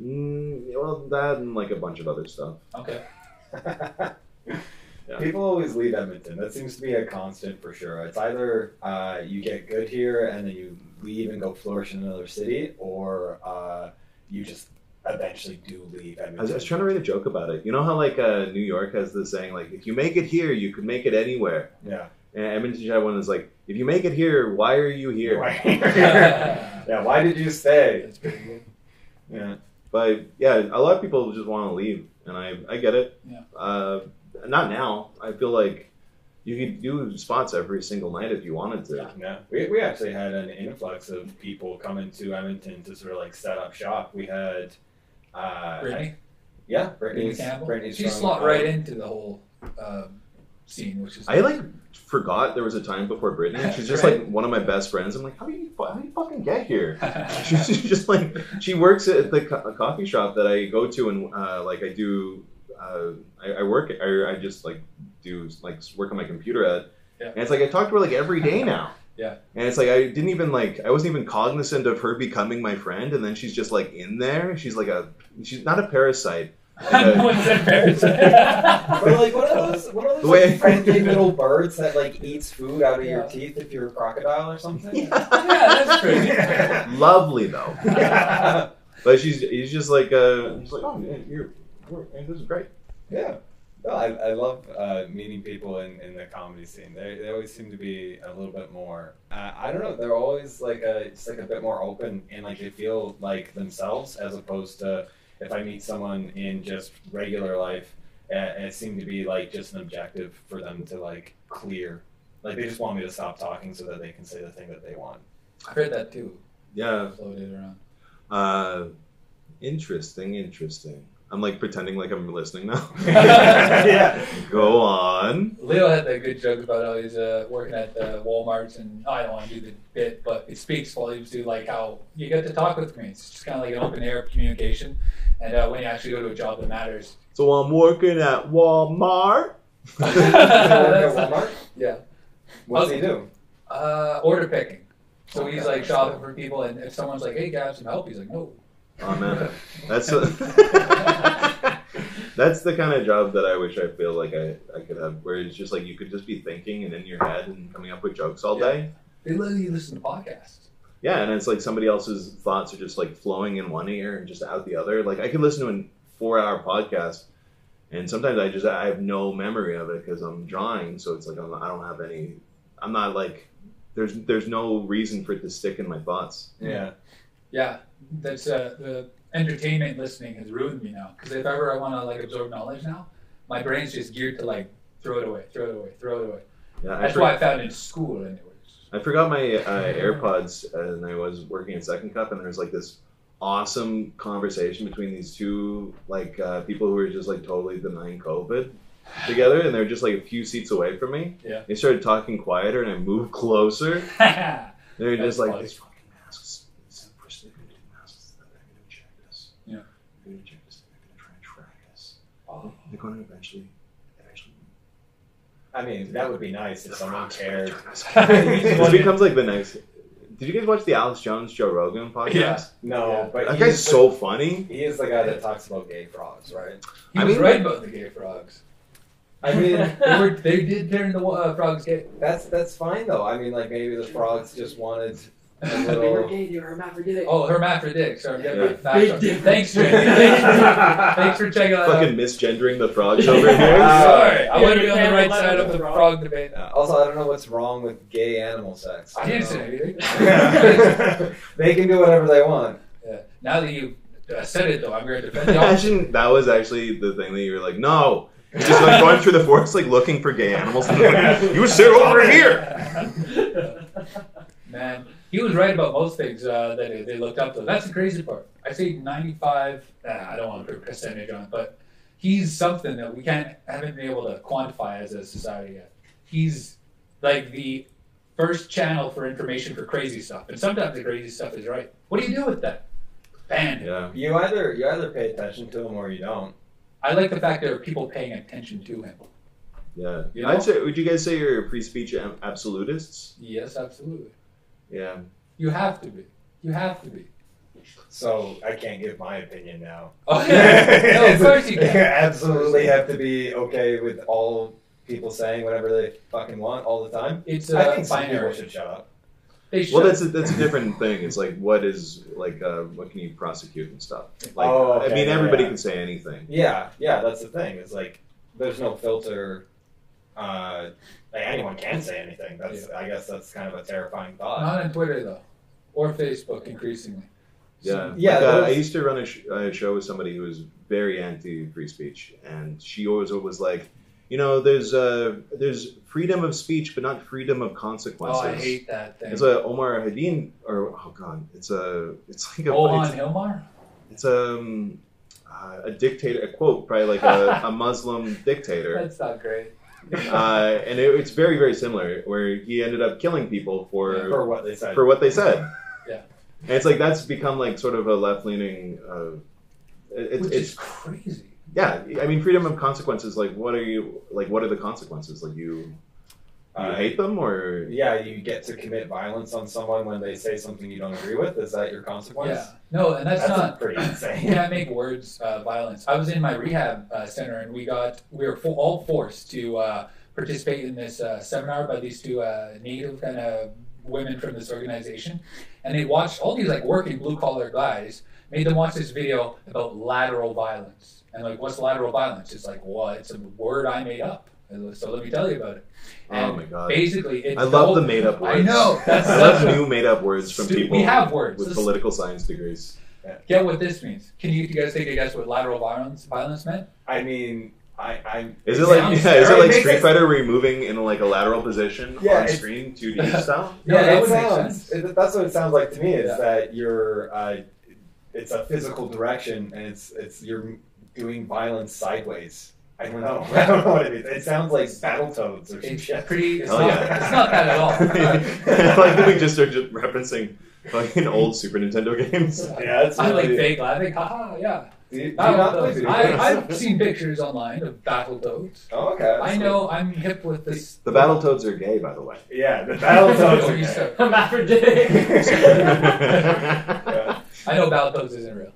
Mm, well, that and like a bunch of other stuff.
Okay.
People always leave Edmonton. That seems to be a constant for sure. It's either uh, you get good here and then you leave and go flourish in another city, or uh, you just eventually do leave
I was, I was
Edmonton.
trying to write a joke about it. You know how like uh, New York has this saying like, if you make it here, you can make it anywhere.
Yeah.
And Edmonton had one that's like, if you make it here, why are you here?
Why- yeah. Why did you stay?
That's pretty good.
Yeah.
But yeah, a lot of people just want to leave, and I, I get it.
Yeah.
Uh, not now. I feel like you could do spots every single night if you wanted to.
Yeah.
Yeah. We, we actually had an influx of people coming to Edmonton to sort of like set up shop. We had. Uh,
Brittany,
Yeah,
Brittany
Brittany's,
Campbell.
Brittany's
she
from-
slot right into the whole um, scene, which is.
I like forgot there was a time before Brittany. She's just
Right.
like one of my best friends. I'm like, how do you fu- how do you fucking get here? She's just like she works at the co- coffee shop that I go to and uh, like I do. Uh, I, I work. I, I just like do like work on my computer at.
Yeah.
And it's like I talk to her like every day now.
Yeah.
And it's like I didn't even like I wasn't even cognizant of her becoming my friend, and then she's just like in there. She's like a she's not a parasite,
no one said parasite.
Or like what are those? What are those
The way-
like, friendly little birds that like eats food out of your
Yeah.
teeth if you're a crocodile or something?
yeah, that's pretty.
Lovely though,
yeah.
but she's he's just like uh, he's like oh man, you're, you're this is great.
No, I, I love uh, meeting people in, in the comedy scene. They, they always seem to be a little bit more. Uh, I don't know. They're always like a just like a bit more open and like they feel like themselves as opposed to if I meet someone in just regular life. uh, It seemed to be like just an objective for them to like clear. Like they just want me to stop talking so that they can say the thing that they want.
I've heard that too.
Yeah,
Floated around.
Uh, interesting, interesting. I'm like pretending like I'm listening now.
Yeah.
Go on.
Leo had that good joke about how he's uh, working at the Walmart's, and I don't want to do the bit, but it speaks volumes to like how you get to talk with comedians. It's just kind of like an open air of communication, and uh, when you actually go to a job that matters.
So I'm working at Walmart. Oh,
That's-
Walmart?
yeah.
What does he do?
Uh, order picking. So he's
Okay.
like shopping for people, and if someone's like, "Hey, can I have some help?" He's like, "No."
Oh man, that's a- that's the kind of job that I wish I feel like I, I could have, where it's just like you could just be thinking and in your head and coming up with jokes all
Yeah.
day.
They literally listen to podcasts.
Yeah, and it's like somebody else's thoughts are just like flowing in one ear and just out the other. Like I could listen to a four-hour podcast, and sometimes I just I have no memory of it because I'm drawing. So it's like I'm, I don't have any. I'm not like there's there's no reason for it to stick in my thoughts.
Yeah.
Yeah, that's uh, the entertainment listening has ruined me now. Because if ever I want to like absorb knowledge now, my brain's just geared to like throw it away, throw it away, throw it away.
Yeah, I,
That's
for-
why I found it in school, anyways.
I forgot my uh, AirPods, and I was working at Second Cup, and there was like this awesome conversation between these two like uh, people who were just like totally denying COVID. together and they're just like a few seats away from me.
Yeah.
They started talking quieter and I moved closer. They're
That's
just like
funny.
these fucking masks. It's the first thing they're gonna do masks. They're gonna check us.
Yeah.
They're gonna check us. They're gonna try and track us.
Oh.
They're gonna eventually eventually
I mean, that would be nice if someone cared.
This becomes like the next Did you guys watch the Alex Jones Joe Rogan podcast?
Yeah.
No,
Yeah.
but
That
he
guy's
is
so funny.
the, he is the guy that talks about gay frogs, right?
he
I
was
mean-
right about the gay frogs.
I mean,
They, were, they did turn the uh, frogs gay.
that's that's fine though. I mean, like maybe the frogs just wanted a
They were
little.
gay, they were hermaphroditic.
Oh, hermaphroditic. Sorry, yeah,
Yeah.
that's-
Big difference.
Thanks, Jamie. Thanks for, thanks
yeah,
for checking out.
Fucking misgendering the frogs over
Uh,
here.
Yeah.
Sorry, I
Yeah,
want to be
you
on the
can't
right
let
side
them
of the
go wrong.
frog debate.
also, I don't know what's wrong with gay animal sex.
I
don't
didn't say
know.
anything.
they can do whatever they want.
Yeah. Now that you uh, said it, though, I'm going to defend the option.
Imagine that was actually the thing that you were like, no. Just like going through the forest, like looking for gay animals. And they're like, you sit over here.
Man, he was right about most things uh, that they- they looked up to. That's the crazy part. I say 95. Nah, I don't want to put a percentage on it, but he's something that we can't haven't been able to quantify as a society yet. He's like the first channel for information for crazy stuff, and sometimes the crazy stuff is right. What do you do with that? Banned.
Yeah.
You either you either pay attention to them or you don't.
I like the fact there are people paying attention to him.
Yeah.
You know?
I'd say, would you guys say you're free speech am- absolutists?
Yes, absolutely.
Yeah.
You have to be. You have to be.
So I can't give my opinion now.
Oh, yeah. no, of course you can.
absolutely have to be okay with all people saying whatever they fucking want all the time.
It's
I
uh,
think some people
binary.
should shut up.
They should.
Well, that's a, that's a different thing. It's like, what is, like, uh, what can you prosecute and stuff? Like,
Oh,
I
okay,
mean,
yeah,
everybody
yeah.
can say anything.
Yeah, yeah, that's the thing. It's like there's no filter. Uh, like anyone can say anything. That's I guess that's kind of a terrifying thought.
Not on Twitter though, or Facebook increasingly.
Yeah.
Yeah,
Like, uh,
those-
I used to run a, sh- a show with somebody who was very anti free speech, and she always was like, you know, there's uh, there's freedom of speech, but not freedom of consequences.
Oh, I hate that thing.
It's a Omar Hadin, or oh god, it's a it's like a
Mohan
it's,
Hilmar.
it's um uh, a dictator, a quote, probably like a, a Muslim dictator,
That's not great.
uh, and it, it's very very similar. Where he ended up killing people
Yeah.
for
For what they said.
for what they said.
Yeah.
and it's like that's become like sort of a left leaning. Uh, it- it's,
Which
it's
is crazy.
yeah, I mean freedom of consequences. Like what are you like? What are the consequences? Like you You
Uh,
hate them or
yeah, you get to commit violence on someone when they say something you don't agree with. Is that your consequence?
Yeah. No, and that's,
That's
not
pretty insane.
Yeah, I make words uh, violence. I was in my rehab uh, center, and we got we were fo- all forced to uh, participate in this uh, seminar by these two uh, native kind of women from this organization, and they watched all these like working blue collar guys made them watch this video about lateral violence and like what's lateral violence? It's like well, it's a word I made up, so let me tell you about it.
Oh
And
my god.
basically, it's
I love
whole-
the made up words.
I know that's
I
such
love
a-
new made up words from
Stu-
people
We have words.
with
This-
political science degrees.
Get what this means? Can you, you guys take a guess what lateral violence violence meant?
I mean, I, I
Is
It
it, like
sounds
yeah, is it
very-
like
makes
Street
sense.
Fighter where you're moving in like a lateral position
Yeah,
on
it's-
screen, 2D style?
Yeah, that
it
would make
sounds.
sense.
It, that's what it sounds like to me. Is
Yeah.
that you're, uh, it's a physical direction, and it's it's you're doing violence sideways. I don't know. I don't know what it is. It sounds like Battletoads or some
It's
shit.
pretty. It's,
Oh,
not,
yeah.
it's not that at all.
I like that we just are just referencing fucking old Super Nintendo games.
Yeah, it's
I like
really-
fake laughing. Haha, yeah.
Do you, do you not play
Battletoads.
video games?
I, I've seen pictures online of Battletoads.
oh, okay. that's
I
cool.
know I'm hip with this.
The Battletoads are gay, by the way.
Yeah, the
Before you
Battletoads. are
start.
I'm Aphrodite.
Yeah.
I know Battletoads isn't real.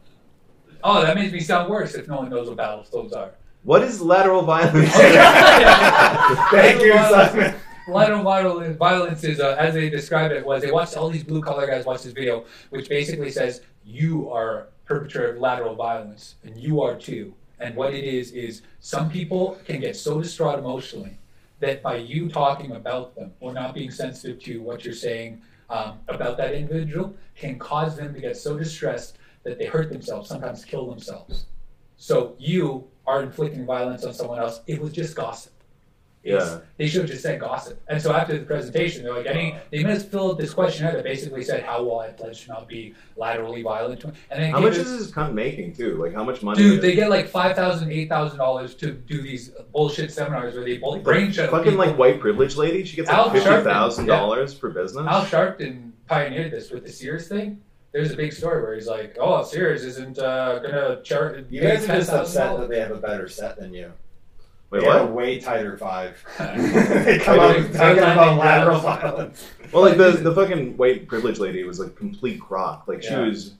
Oh, that makes me sound worse if no one knows what Battletoads are.
what is lateral violence?
Thank you, Simon.
Lateral violence, violence is, uh, as they described it, was they watched all these blue collar guys watch this video, which basically says you are a perpetrator of lateral violence, and you are too. And what it is is some people can get so distraught emotionally that by you talking about them or not being sensitive to what you're saying um, about that individual can cause them to get so distressed that they hurt themselves, sometimes kill themselves. So you are inflicting violence on someone else. It was just gossip. It's-
Yeah.
They should have just said gossip. And so after the presentation, they're like, any, they must fill out this questionnaire that basically said, how will I pledge to not be laterally violent? to-" And then
How much is this cunt making too? Like how much money?
Dude,
is-
they get like five thousand, eight thousand dollars to do these bullshit seminars where they both brain shut
fucking
people.
like white privilege lady. She gets
Al
like fifty thousand
Sharpton,
dollars per business.
Al Sharpton pioneered this with the Sears thing. There's a big story where he's like, "Oh, Sears isn't uh, gonna charge."
You guys are just upset that they have a better set than you.
Wait,
they
what?
have a way tighter five.
that.
they come out
Wait,
talking about
wait,
lateral
wait.
violence.
Well, like the the fucking white privilege lady was like complete crock. Like
Yeah.
she was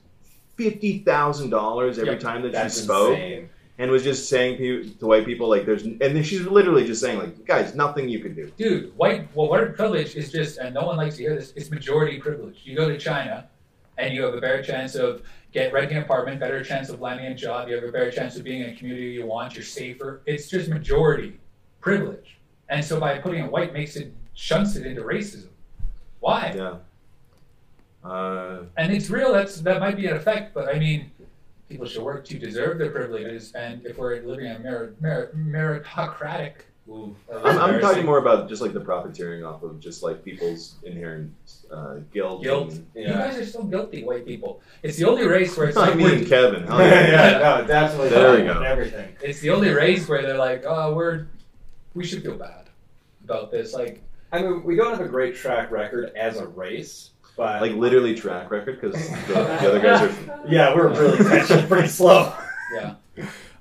fifty thousand dollars every
Yep.
time that
That's
she spoke,
insane.
and was just saying pe- to white people like there's, and then she's literally just saying like, guys, nothing you can do.
Dude, white well, white privilege is just, and no one likes to hear this. It's majority privilege. You go to China, and you have a better chance of get renting an apartment, better chance of landing a job. You have a better chance of being in a community you want. You're safer. It's just majority privilege, and so by putting it white makes it shunts it into racism. Why?
Yeah. Uh,
and it's real. That's that might be an effect, but I mean, people should work to deserve their privileges. And if we're living in a merit, merit, meritocratic, ooh, that was
I'm, I'm talking
embarrassing.
more about just like the profiteering off of just like people's inherent uh, guilt.
Guilt.
and-
You
Yeah.
guys are so guilty, white people. It's the only race where it's
I
like
mean,
we're,
Kevin. hell
yeah, no, definitely.
There we
not.
go.
Everything.
it's the only race where they're like, oh, we're we should feel bad about this. Like,
I mean, we don't have a great track record as a race, but
like literally track record because the, the other guys are
yeah, we're really actually pretty slow.
Yeah.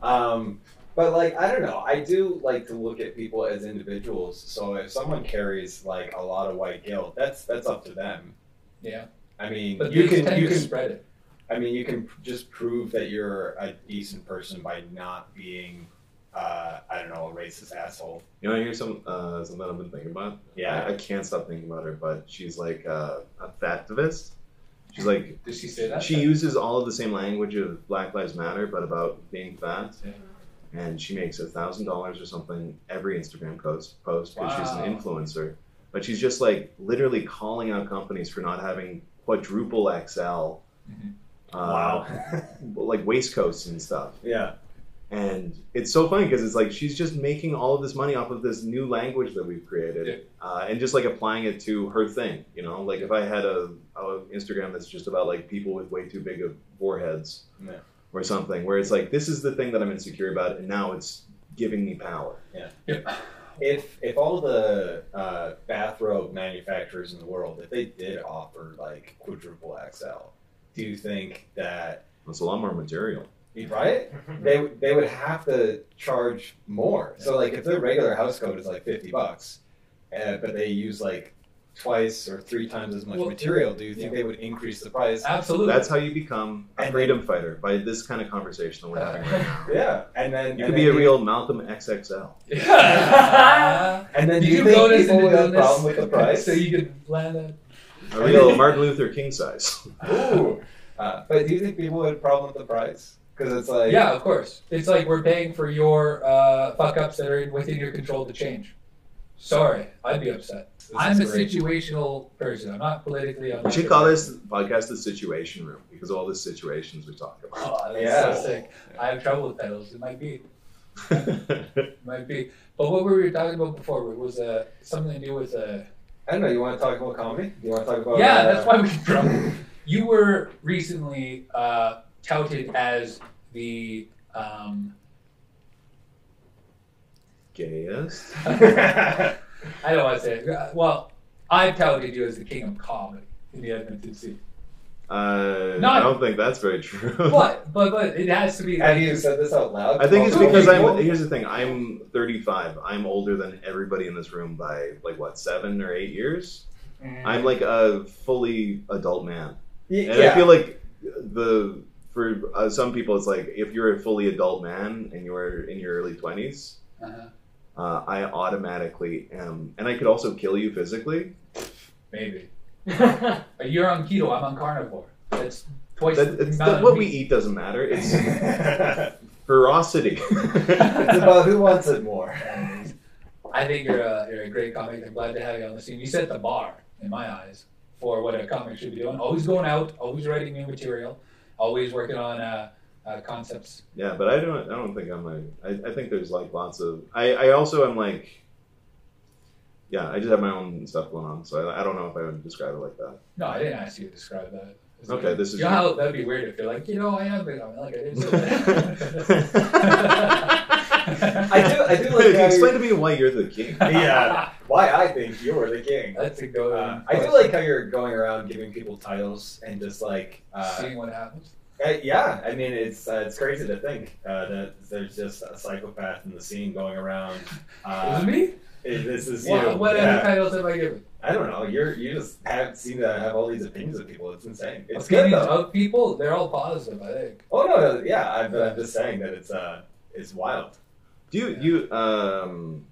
Um, but like I don't know, I do like to look at people as individuals. So if someone carries like a lot of white guilt, that's that's up to them.
Yeah.
I mean,
but
you
these
can
tend
you
to
can
spread it.
I mean, you can pr- just prove that you're a decent person by not being, uh, I don't know, a racist asshole.
You want to hear some uh, something that I've been thinking about?
Yeah.
I, I can't stop thinking about her, but she's like uh, a fativist. She's like
Did she say that?
she uses all of the same language of Black Lives Matter, but about being fat.
Yeah.
And she makes a thousand dollars or something every Instagram post post because she's an
Wow.
influencer. But she's just like literally calling out companies for not having quadruple XL.
Mhm.
Uh, Like waistcoats and stuff.
yeah.
And it's so funny because it's like she's just making all of this money off of this new language that we've created, uh, and just like applying it to her thing. You know, like if I had a, a Instagram that's just about like people with way too big of foreheads
Yeah.
or something, where it's like this is the thing that I'm insecure about, and now it's giving me power.
If if all the uh, bathrobe manufacturers in the world, if they did offer like quadruple XL, do you think that
It's a lot more material.
right they they would have to charge more? So like if their regular house coat is like fifty bucks, uh, but they use like twice or three times as much
Well,
material, do you think they would increase the price?
Absolutely.
That's how you become a
And-
freedom fighter by this kind of conversation that we're having right now.
Yeah, and then
You
and
could be a
then
real Malcolm XXL.
yeah.
And then
Did
do
you
you think
notice
people
that
would have a
it does
problem with the price?
so you could land it.
A real Martin Luther King size.
Ooh. Uh, but do you think people would have a problem with the price? Because it's like
yeah, of course. It's like we're paying for your uh, fuck ups that are within your control to change. Sorry, I'd be upset.
this is
I'm a
great.
situational person. I'm not politically.
We should call this podcast the Situation Room because of all the situations we talk about.
Oh, that's
Yeah.
so sick. I have trouble with pedals. It might be.
I
It might be. But what we were talking about before was uh, something to do with. Uh,
I don't know. You want to talk about comedy? You want to talk about?
yeah,
uh,
that's why we dropped. You were recently uh, touted as the. Um,
Gayest.
I don't want to say it. Uh, Well, I touted you as the king of comedy in the Edmonton scene.
Uh, I
Not-
don't think that's very true.
But, but, but it has to be.
Have you said this out loud?
I think it's
Oh,
because
you
I'm.
know?
Here's the thing. I'm 35. I'm older than everybody in this room by like what seven or eight years.
Mm.
I'm like a fully adult man,
Yeah.
and I feel like the for uh, some people it's like if you're a fully adult man and you're in your early 20s,
Uh-huh.
uh, I automatically am, and I could also kill you physically.
Maybe. But You're on keto, I'm on carnivore. That's twice
That,
the
it's,
amount
that-
of
what we
meat.
eat doesn't matter. It's
it's
ferocity.
about who wants it more.
I think you're a, you're a great comic. I'm glad to have you on the scene. You set the bar, in my eyes, for what a comic should be doing. Always going out, always writing new material, always working on uh, uh, concepts.
Yeah, but I don't. I don't think I'm like. I, I think there's like lots of. I, I also am like. Yeah, I just have my own stuff going on, so I, I don't know if I would describe it like that.
No, I didn't ask you to describe that. It's
Okay,
like-
this is
You know
you.
how that'd be weird if you're like, you know, I am the comic. Like, I didn't say that.
I do. I do like how
Explain
you're,
to me why you're the king.
Yeah. why I think you're the king.
That's a go.
Uh, I do like how you're going around giving people titles and just like uh,
seeing what happens.
Uh, yeah, I mean it's uh, it's crazy to think uh, that there's just a psychopath in the scene going around.
Is
Uh,
it me?
it- this is you.
What, what other
yeah.
titles have I given?
I don't know. You're you just have seem to have all these opinions of people. It's insane. It's good
Opinions
though.
of people, they're all positive, I think.
Oh no, no, yeah. I'm, I'm just saying that it's uh it's wild.
Do you you um.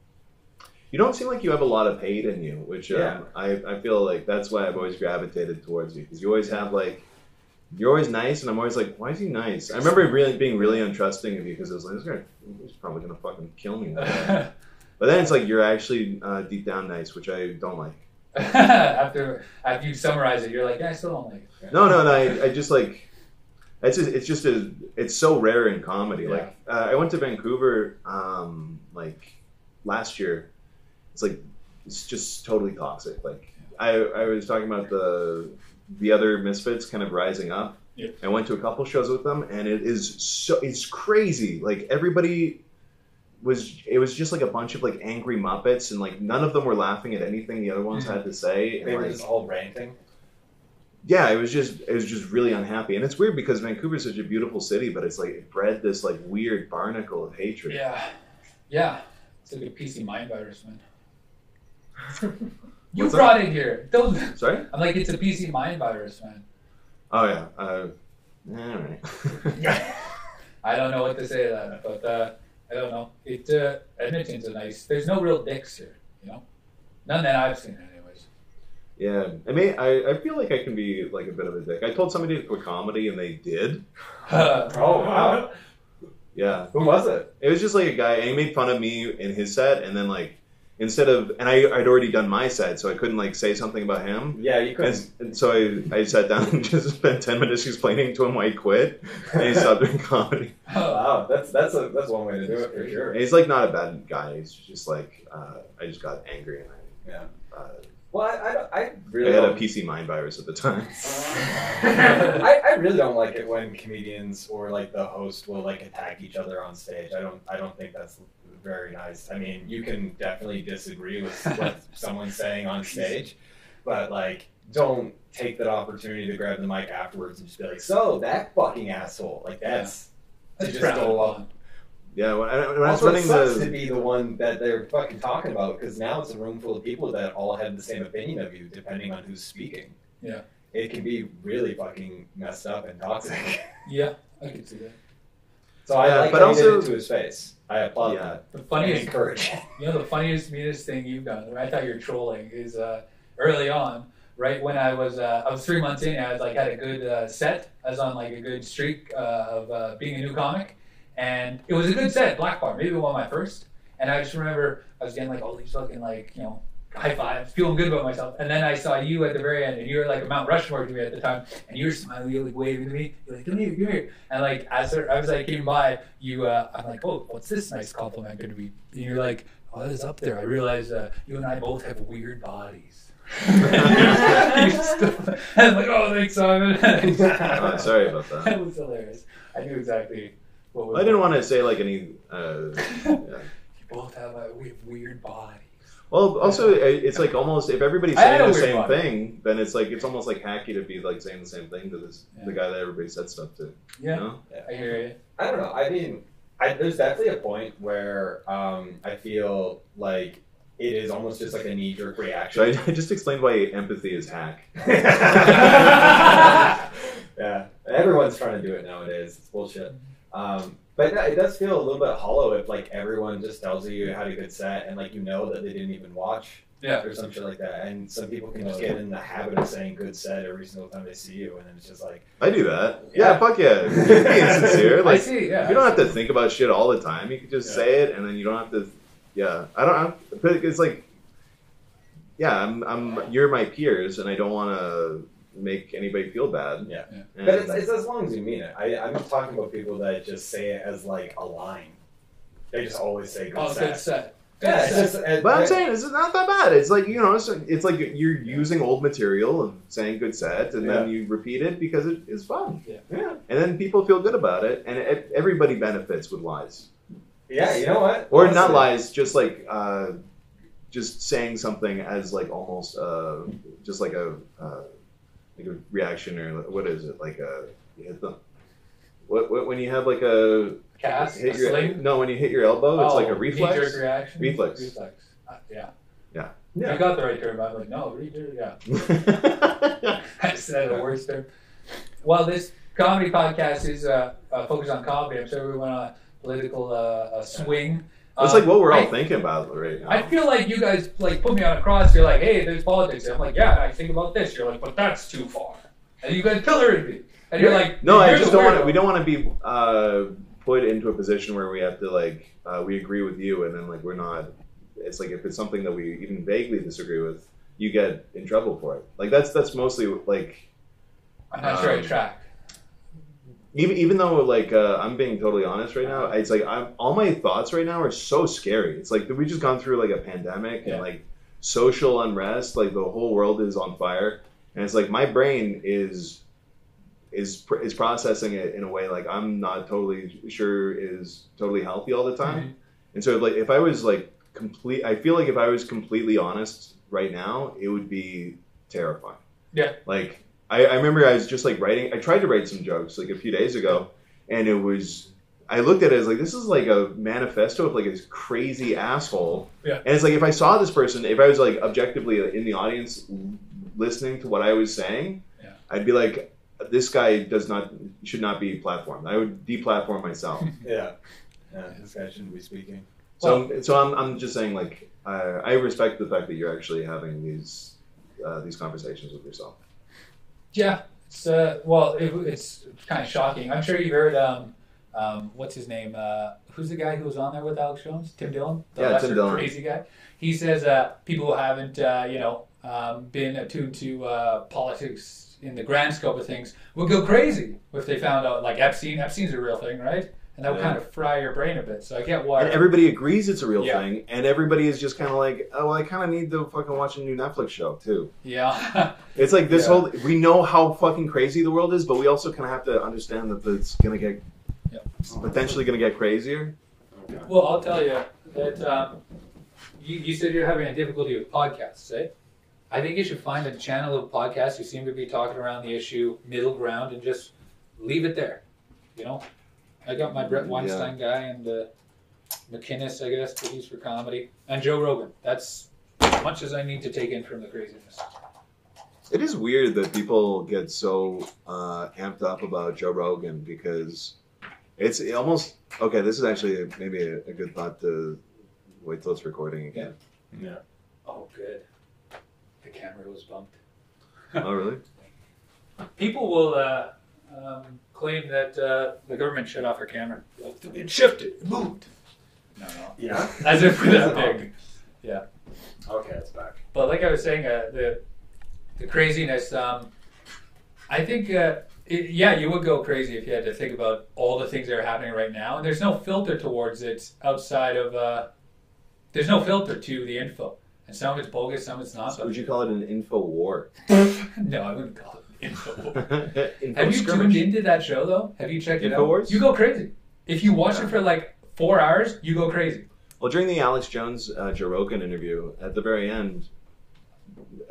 You don't seem like you have a lot of hate in you, which um,
Yeah.
I, I feel like that's why I've always gravitated towards you because you always have like you're always nice, and I'm always like, why is he nice? I remember really being really untrusting of you because I was like, this guy he's probably gonna fucking kill me. But then it's like you're actually uh, deep down nice, which I don't like.
after after you summarize it, you're like, yeah, I still don't like it.
No, no, no. I, I just like it's just, it's just a it's so rare in comedy.
Yeah.
Like uh, I went to Vancouver um, like last year. It's like it's just totally toxic. Like I I was talking about the the other misfits kind of rising up.
Yeah.
I went to a couple shows with them, and it is so it's crazy. Like everybody was it was just like a bunch of like angry muppets and like none of them were laughing at anything the other ones
Mhm.
had to say and
They were
like-
just all ranting.
yeah, it was just it was just really unhappy, and it's weird because Vancouver's such a beautiful city, but it's like it bred this like weird barnacle of hatred.
Yeah. Yeah. It's like a PC mind virus, man. you
What's
brought it here. Don't
Sorry.
I'm like, it's a PC mind virus, man.
Oh yeah. Uh, all right.
I don't know what to say to that, but uh, I don't know. It uh, Edmonton's a nice. There's no real dicks here, you know. None that I've seen, anyways.
yeah. I mean, I, I feel like I can be like a bit of a dick. I told somebody to quit comedy, and they did.
Oh wow,
Yeah.
who was it?
It was just like a guy, and he made fun of me in his set, and then like instead of and I I'd already done my set, so I couldn't like say something about him.
Yeah, you
And,
couldn't.
s- and so I, I sat down and just spent 10 minutes explaining to him why he quit, and he
uh,
stopped doing comedy.
Wow, that's that's a that's one way to do
That's
it for
crazy.
sure.
And he's like not a bad guy. He's just like uh, I just got angry and I,
Yeah.
uh,
Well, I I, don't- I
I
really
had a
don't-
PC mind virus at the time.
I, I really don't like it when comedians or like the host will like attack each other on stage. I don't I don't think that's very nice. I mean, you can definitely disagree with what someone's saying on stage, but like don't take that opportunity to grab the mic afterwards and just be like, "So that fucking asshole!" Like that's
That's
to just
frowned
go
upon.
up
Yeah, when I, when I was
Also, it
running
sucks
the
to be the one that they're fucking talking about because now it's a room full of people that all have the same opinion of you, depending on who's speaking.
Yeah.
it can be really fucking messed up and toxic.
Yeah, I can see that.
So I
Yeah,
like
but
that he
also-
did it to his face. I applaud
Yeah.
that.
The
I
funniest
encourage.
You know, the funniest, meanest thing you've done, I thought you were trolling, is uh, early on, right when I was, uh, I was three months in, I was like, had a good uh, set. I was on like a good streak uh, of uh, being a new comic. And it was a good set, Black Bar, maybe one of my first. And I just remember I was getting like all these fucking like, you know, high fives, feeling good about myself. And then I saw you at the very end, and you were like a Mount Rushmore to me at the time. And you were smiling, you were like waving to me. You're like, come here, come here. And like as I I was like came by, you uh, I'm like, oh, what's this nice compliment going to be? And you're like, oh, this is up there. I realize uh, you and I both have weird bodies. And you just- I was like, oh, thanks, Simon.
Uh, sorry about that.
that was hilarious. I knew exactly what was.
I didn't want to say like any. Uh, yeah.
You both have uh, we have weird bodies.
Well, also i- it's like almost if everybody's
I had
saying
a
the
weird
same
body.
thing, then it's like it's almost like hacky to be like saying the same thing to this the guy that everybody said stuff to.
Yeah,
You know?
I hear you.
I don't know. I mean, I, there's definitely a point where um, I feel like it is almost just like a knee jerk
So I,
reaction.
I just explained why empathy is hack.
yeah, everyone's trying to do it nowadays. It's bullshit. Um, but that- it does feel a little bit hollow if like everyone just tells you you had a good set and like you know that they didn't even watch.
Yeah.
Or some shit like that. And some people can just get in the habit of saying good set every single time they see you, and then it's just like,
I do that. Yeah,
Yeah.
fuck yeah. You're being sincere.
I
Like
see. Yeah,
you don't have to think about shit all the time. You can just
Yeah.
say it, and then you don't have to. Yeah, I don't. I'm, but it's like, yeah, I'm. I'm. You're my peers, and I don't want to make anybody feel bad.
Yeah.
Yeah.
And-
But it's, it's as long as you mean it. I, I'm not talking about people that just say it as like a line. They just always say good
Oh,
set.
good set. Good
Yeah, it's
set.
just, uh,
but I'm saying it's not that bad. It's like you know, it's, it's like you're using old material and saying good set, and then you repeat it because it is fun.
Yeah.
and then people feel good about it, and it, everybody benefits with lies
yeah, you know what?
or not
Honestly,
lies, just like uh, just saying something as like almost uh, just like a uh, like a reaction or like- what is it like a you hit the what, what when you have like a
Cast.
hit your
sling.
no when you hit your elbow it's like a
Oh, knee-jerk
reflex.
reaction.
Reflex.
Reflex. Uh, yeah.
Yeah.
Yeah.
You got the right term. I'm like, no, reader. Yeah. I said the worst term. Well, this comedy podcast is uh, uh, focused on comedy. I'm sure we went on a political uh, uh, swing.
That's
Um,
like what we're all
I-
thinking about right now.
I feel like you guys like put me on a cross. You're like, hey, there's politics. I'm like, yeah, I think about this. You're like, but that's too far. And you guys pilloried me. And you're like,
no, I
"You're
just
the
don't want to.
weirdo."
We don't want to be uh, put into a position where we have to like uh, we agree with you and then like we're not. It's like if it's something that we even vaguely disagree with, you get in trouble for it. Like that's that's mostly like
I'm not sure I
um,
track.
even even though like uh, I'm being totally honest right now, it's like I'm all my thoughts right now are so scary. It's like we just gone through like a pandemic
Yeah.
and like social unrest, like the whole world is on fire, and it's like my brain is is pr- is processing it in a way like I'm not totally sure is totally healthy all the time. And so like if I was like complete, I feel like if I was completely honest right now, it would be terrifying.
Yeah.
Like I, I remember I was just like writing. I tried to write some jokes like a few days ago, and it was. I looked at it as like this is like a manifesto of like this crazy asshole.
Yeah.
And it's like if I saw this person, if I was like objectively in the audience l- listening to what I was saying,
Yeah.
I'd be like, this guy does not should not be platformed. I would deplatform myself.
Yeah. yeah. This guy shouldn't be speaking.
So, so I'm, I'm just saying, like, I, I respect the fact that you're actually having these uh, these conversations with yourself.
Yeah, it's uh, well, it, it's kind of shocking. I'm sure you've heard um, um, what's his name? Uh, who's the guy who was on there with Alex Jones? Tim Dillon, the
Yeah, Tim
lesser
Dillon.
crazy guy. He says uh, people who haven't, uh, you know, um, been attuned to uh, politics in the grand scope of things would go crazy if they found out like Epstein. Epstein's a real thing, right? And that would
Yeah.
kind of fry your brain a bit. So I get why.
And everybody agrees it's a real
Yeah.
thing, and everybody is just kind of like, oh, well, I kind of need to fucking watch a new Netflix show too.
yeah,
It's like this
Yeah.
whole we know how fucking crazy the world is, but we also kind of have to understand that it's gonna get
Yeah.
it's potentially gonna get crazier.
Well, I'll tell you that um, you, you said you're having a difficulty with podcasts, eh? I think you should find a channel of podcasts who seem to be talking around the issue, middle ground, and just leave it there. You know, I got my Brett Weinstein guy and uh, McInnes, I guess, but he's for comedy, and Joe Rogan. That's as much as I need to take in from the craziness.
It is weird that people get so uh, amped up about Joe Rogan because it's almost okay. This is actually maybe a, a good thought to wait till it's recording again.
Oh, good. The camera was bumped.
oh, really?
People will uh, um, claim that uh, the government shut off our camera. It shifted, it moved. No, no.
Yeah.
As if we're that
Oh,
big.
Okay, it's back.
But like I was saying, uh, the the craziness. Um, I think, uh, it, yeah, you would go crazy if you had to think about all the things that are happening right now. And there's no filter towards it outside of. Uh, there's no filter to the info, and some of it's bogus, some of it's not.
So would you call it an info war?
But no, I wouldn't call it info.
info
Have you
skirmish.
tuned into that show though? Have you checked it out?
InfoWars?
You go crazy. If you watch
Yeah.
it for like four hours, you go crazy.
Well, during the Alex Jones uh, Joe Rogan interview, at the very end,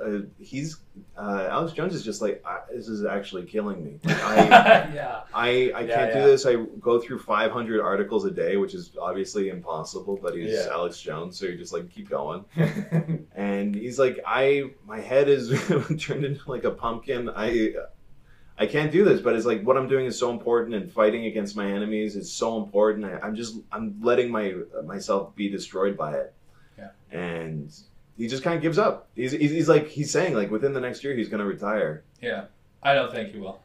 uh, he's uh, Alex Jones is just like, I, "This is actually killing me. Like, I,
yeah.
I, I can't
Yeah,
do
yeah.
this. I go through 500 articles a day, which is obviously impossible. But he's
Yeah.
Alex Jones, so you just like keep going.
Yeah.
And he's like, "I, my head is turned into like a pumpkin. I." I can't do this, but it's like what I'm doing is so important, and fighting against my enemies is so important. I, I'm just I'm letting my myself be destroyed by it.
Yeah.
And he just kind of gives up. He's, he's he's like he's saying like within the next year he's gonna retire.
Yeah. I don't think he will.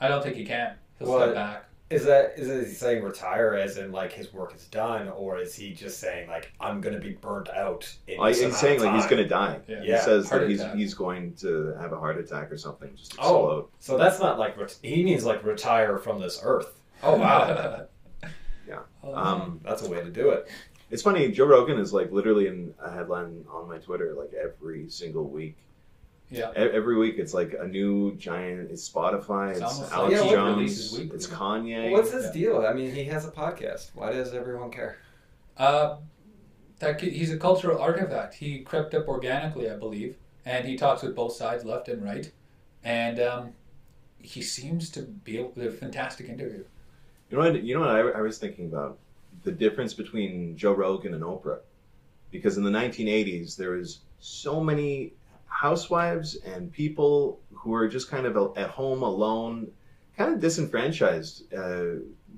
I don't think he can. He'll
Well,
step back.
Is that is he saying retire as in like his work is done, or is he just saying like I'm gonna be burnt out? In
Like
this
he's
amount
saying
of
like he's
time?
gonna die.
Yeah.
he says
heart
that he's
attack.
he's going to have a heart attack or something, just
Oh.
explode.
So that's not like ret- he means like retire from this earth. Hmm,
Oh wow.
Yeah.
Oh,
Um,
That's a way to do it.
it's funny. Joe Rogan is like literally in a headline on my Twitter like every single week.
Yeah.
E- Every week it's like a new giant. It's Spotify. It's,
It's almost
Alex
like- Yeah, what
Jones.
releases weekly?
It's Kanye.
What's
his
his deal? I mean, he has a podcast. Why does everyone care?
Uh, that kid, he's a cultural artifact. He crept up organically, I believe, and he talks with both sides, left and right, and um, he seems to be able, a fantastic interview.
You know what? You know what I, I was thinking about the difference between Joe Rogan and Oprah, because in the 1980s there was so many housewives and people who were just kind of at home alone, kind of disenfranchised, uh,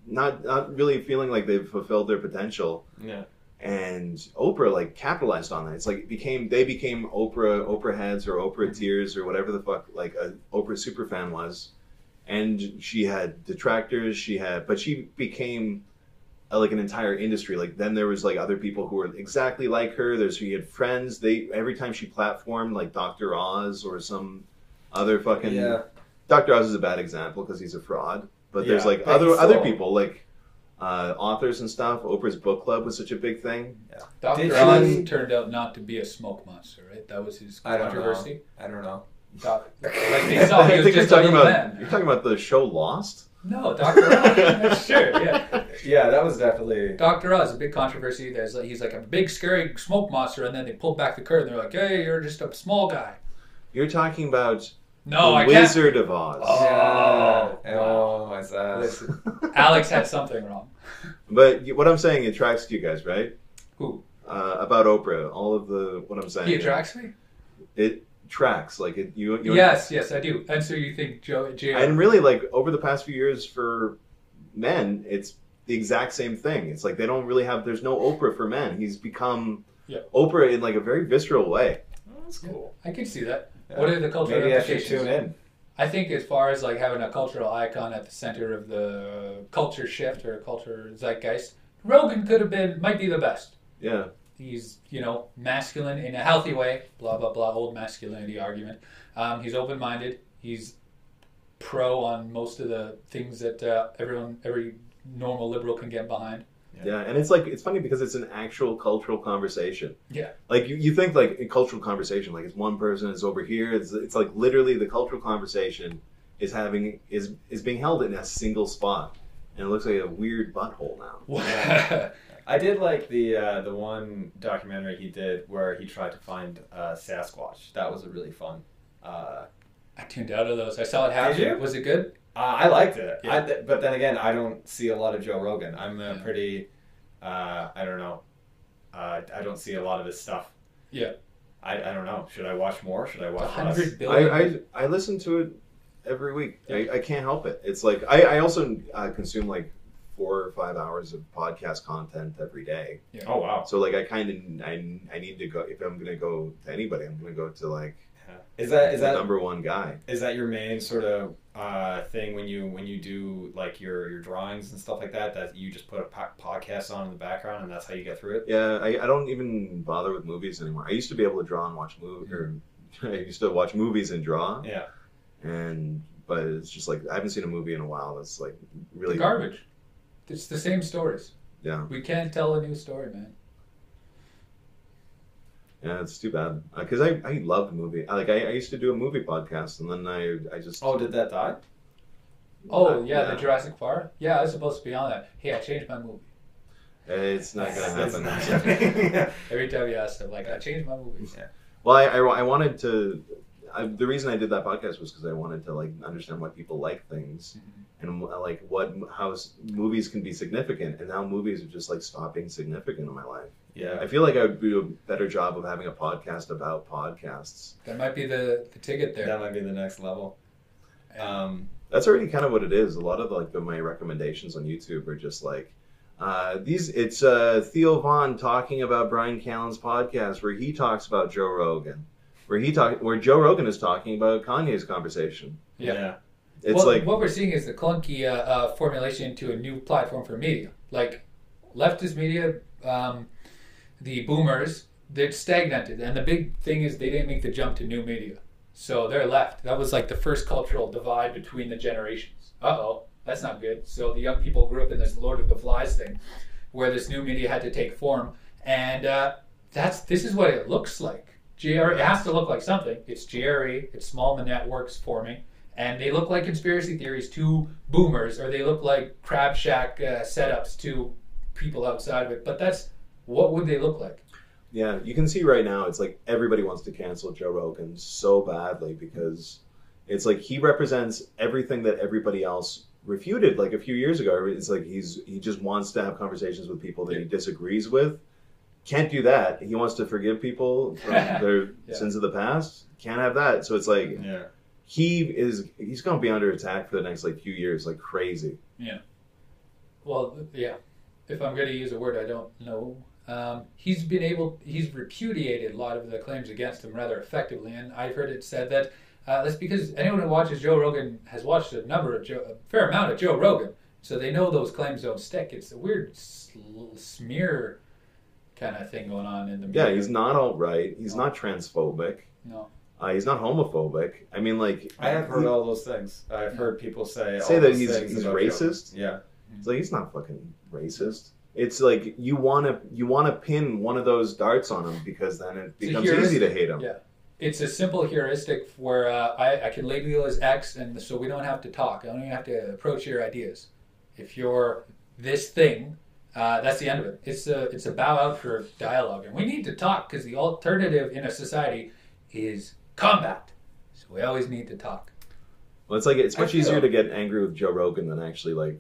not not really feeling like they've fulfilled their potential.
Yeah.
And Oprah like capitalized on that. It's like it became they became Oprah Oprah heads or Oprah tears or whatever the fuck like a Oprah superfan was and she had detractors she had but she became uh, like an entire industry like then there was like other people who were exactly like her there's she had friends they every time she platformed like dr oz or some other fucking
Yeah.
dr oz is a bad example because he's a fraud but there's
Yeah,
like
but
other
he's
other
still-
people like uh, authors and stuff oprah's book club was such a big thing
Dr.
Did
Oz
he-
turned out not to be a smoke monster, right? That was his
I don't know.
controversy.
I don't know.
Doc- Like they saw, he was just a
you're talking
little
about
man.
you're talking about the show lost
No, Dr. Oz. sure, yeah.
Yeah, that was definitely.
Dr. Oz, a big controversy. There's like, he's like a big, scary smoke monster, and then they pulled back the curtain. They're like, "Hey, you're just a small guy."
you're talking about
No,
the
I can't.
wizard of oz
Oh,
yeah.
wow.
Oh, is that?
Listen, Alex had something wrong.
But y- what I'm saying attracts you guys, right?
Who?
Uh, about Oprah, all of the what I'm saying.
He attracts me.
It tracks like it. You. you
Yes, yes, I do. And so you think Joe? Joe
And really, like over the past few years for men, it's the exact same thing. It's like they don't really have. There's no Oprah for men. He's become
Yeah.
Oprah in like a very visceral way.
That's cool.
I can see that.
Yeah.
What are the cultural
Maybe I should
implications?
tune in.
I think as far as like having a cultural icon at the center of the culture shift or culture zeitgeist, Rogan could have been might be the best.
Yeah.
he's you know masculine in a healthy way blah blah blah old masculinity argument um, he's open-minded he's pro on most of the things that uh, everyone every normal liberal can get behind
Yeah, and it's like it's funny because it's an actual cultural conversation.
Yeah.
Like you, you think like a cultural conversation, like it's one person is over here. It's it's like literally the cultural conversation is having is is being held in a single spot. And it looks like a weird butthole now.
I did like the uh, the one documentary he did where he tried to find uh, Sasquatch. That was a really fun. Uh,
i tuned out of those i saw it happen
Did you?
was it good
Uh, I liked it,
Yeah.
I, but then again, I don't see a lot of Joe Rogan. I'm a
Yeah.
pretty uh, Uh, I don't know. Uh, I don't see a lot of his stuff.
Yeah.
I, I don't know. Should I watch more? Should I watch less?
100 billion.
I, I I listen to it every week. I, I can't help it. It's like I I also uh, consume like four or five hours of podcast content every day.
Oh wow.
So like I kind of I, I need to go if I'm gonna go to anybody, I'm gonna go to like
Is that is
the
that
number one guy.
is that your main sort of uh, thing when you when you do like your your drawings and stuff like that? That you just put a po- podcast on in the background and that's how you get through it.
Yeah, I, I don't even bother with movies anymore. I used to be able to draw and watch movies, or I used to watch movies and draw,
Mm-hmm. Yeah.
and but it's just like I haven't seen a movie in a while. That's like really
garbage. It's the same stories.
Yeah.
We can't tell a new story, man.
Yeah, it's too bad because I I love movie. I, like I, I used to do a movie podcast, and then I I just
Oh, did that die?
Oh yeah,
yeah.
the Jurassic Park. Yeah, I was supposed to be on that. Hey, I changed my movie.
Uh, it's not gonna
It's
happen.
not happening. Yeah.
Every time you ask them, like, I changed my movie.
Well, I, I, I wanted to. I, the reason I did that podcast was because I wanted to like understand why people like things and uh, like what how s- movies can be significant, and now movies are just like stopping significant in my life.
Yeah.
I feel like I would do a better job of having a podcast about podcasts.
That might be the, the ticket there.
That might be the next level. Um,
That's already kind of what it is. A lot of like the, my recommendations on YouTube are just like uh, these. It's uh, Theo Vaughn talking about Brian Callen's podcast where he talks about Joe Rogan, where he talk where Joe Rogan is talking about Kanye's conversation.
Yeah.
It's
well,
like
what we're seeing is the clunky uh, uh, formulation to a new platform for media. Like leftist media, um, the boomers, they're stagnated, and the big thing is they didn't make the jump to new media, so they're left. That was like the first cultural divide between the generations. Uh oh, that's not good. So the young people grew up in this Lord of the Flies thing, where this new media had to take form, and uh, that's this is what it looks like. GRE it has to look like something. It's GRE. It's small networks forming and they look like conspiracy theories to boomers, or they look like crab shack uh, setups to people outside of it. But that's what would they look like?
Yeah, you can see right now it's like everybody wants to cancel Joe Rogan so badly because it's like he represents everything that everybody else refuted like a few years ago. It's like he's he just wants to have conversations with people that he disagrees with. Can't do that. He wants to forgive people from their
Yeah.
sins of the past. Can't have that. So it's like
yeah.
he is he's going to be under attack for the next like few years like crazy.
Well, yeah. If I'm going to use a word I don't know, um, he's been able, he's repudiated a lot of the claims against him rather effectively, and I've heard it said that uh, that's because anyone who watches Joe Rogan has watched a number of Joe, a fair amount of Joe Rogan, so they know those claims don't stick. It's a weird sl- smear kind of thing going on in the
Yeah,
media.
he's not all right. He's not transphobic.
No.
Uh, he's not homophobic. I mean like
I have heard
he-
all those things. I've heard people say
Say
all
that
those
he's-
things
he's
about
racist?
Joe. Yeah,
It's like he's not fucking racist. It's like you want to you want to pin one of those darts on him because then it
To
becomes
hear-
easy to hate him.
Yeah. it's a simple heuristic where uh, I, I can label you as X, and so we don't have to talk. I don't even have to approach your ideas. If you're this thing, uh, that's the end of it. It's a it's a bow out for dialogue, and we need to talk because the alternative in a society is combat. So we always need to talk.
Well, it's like it's
I
much
feel-
easier to get angry with Joe Rogan than actually like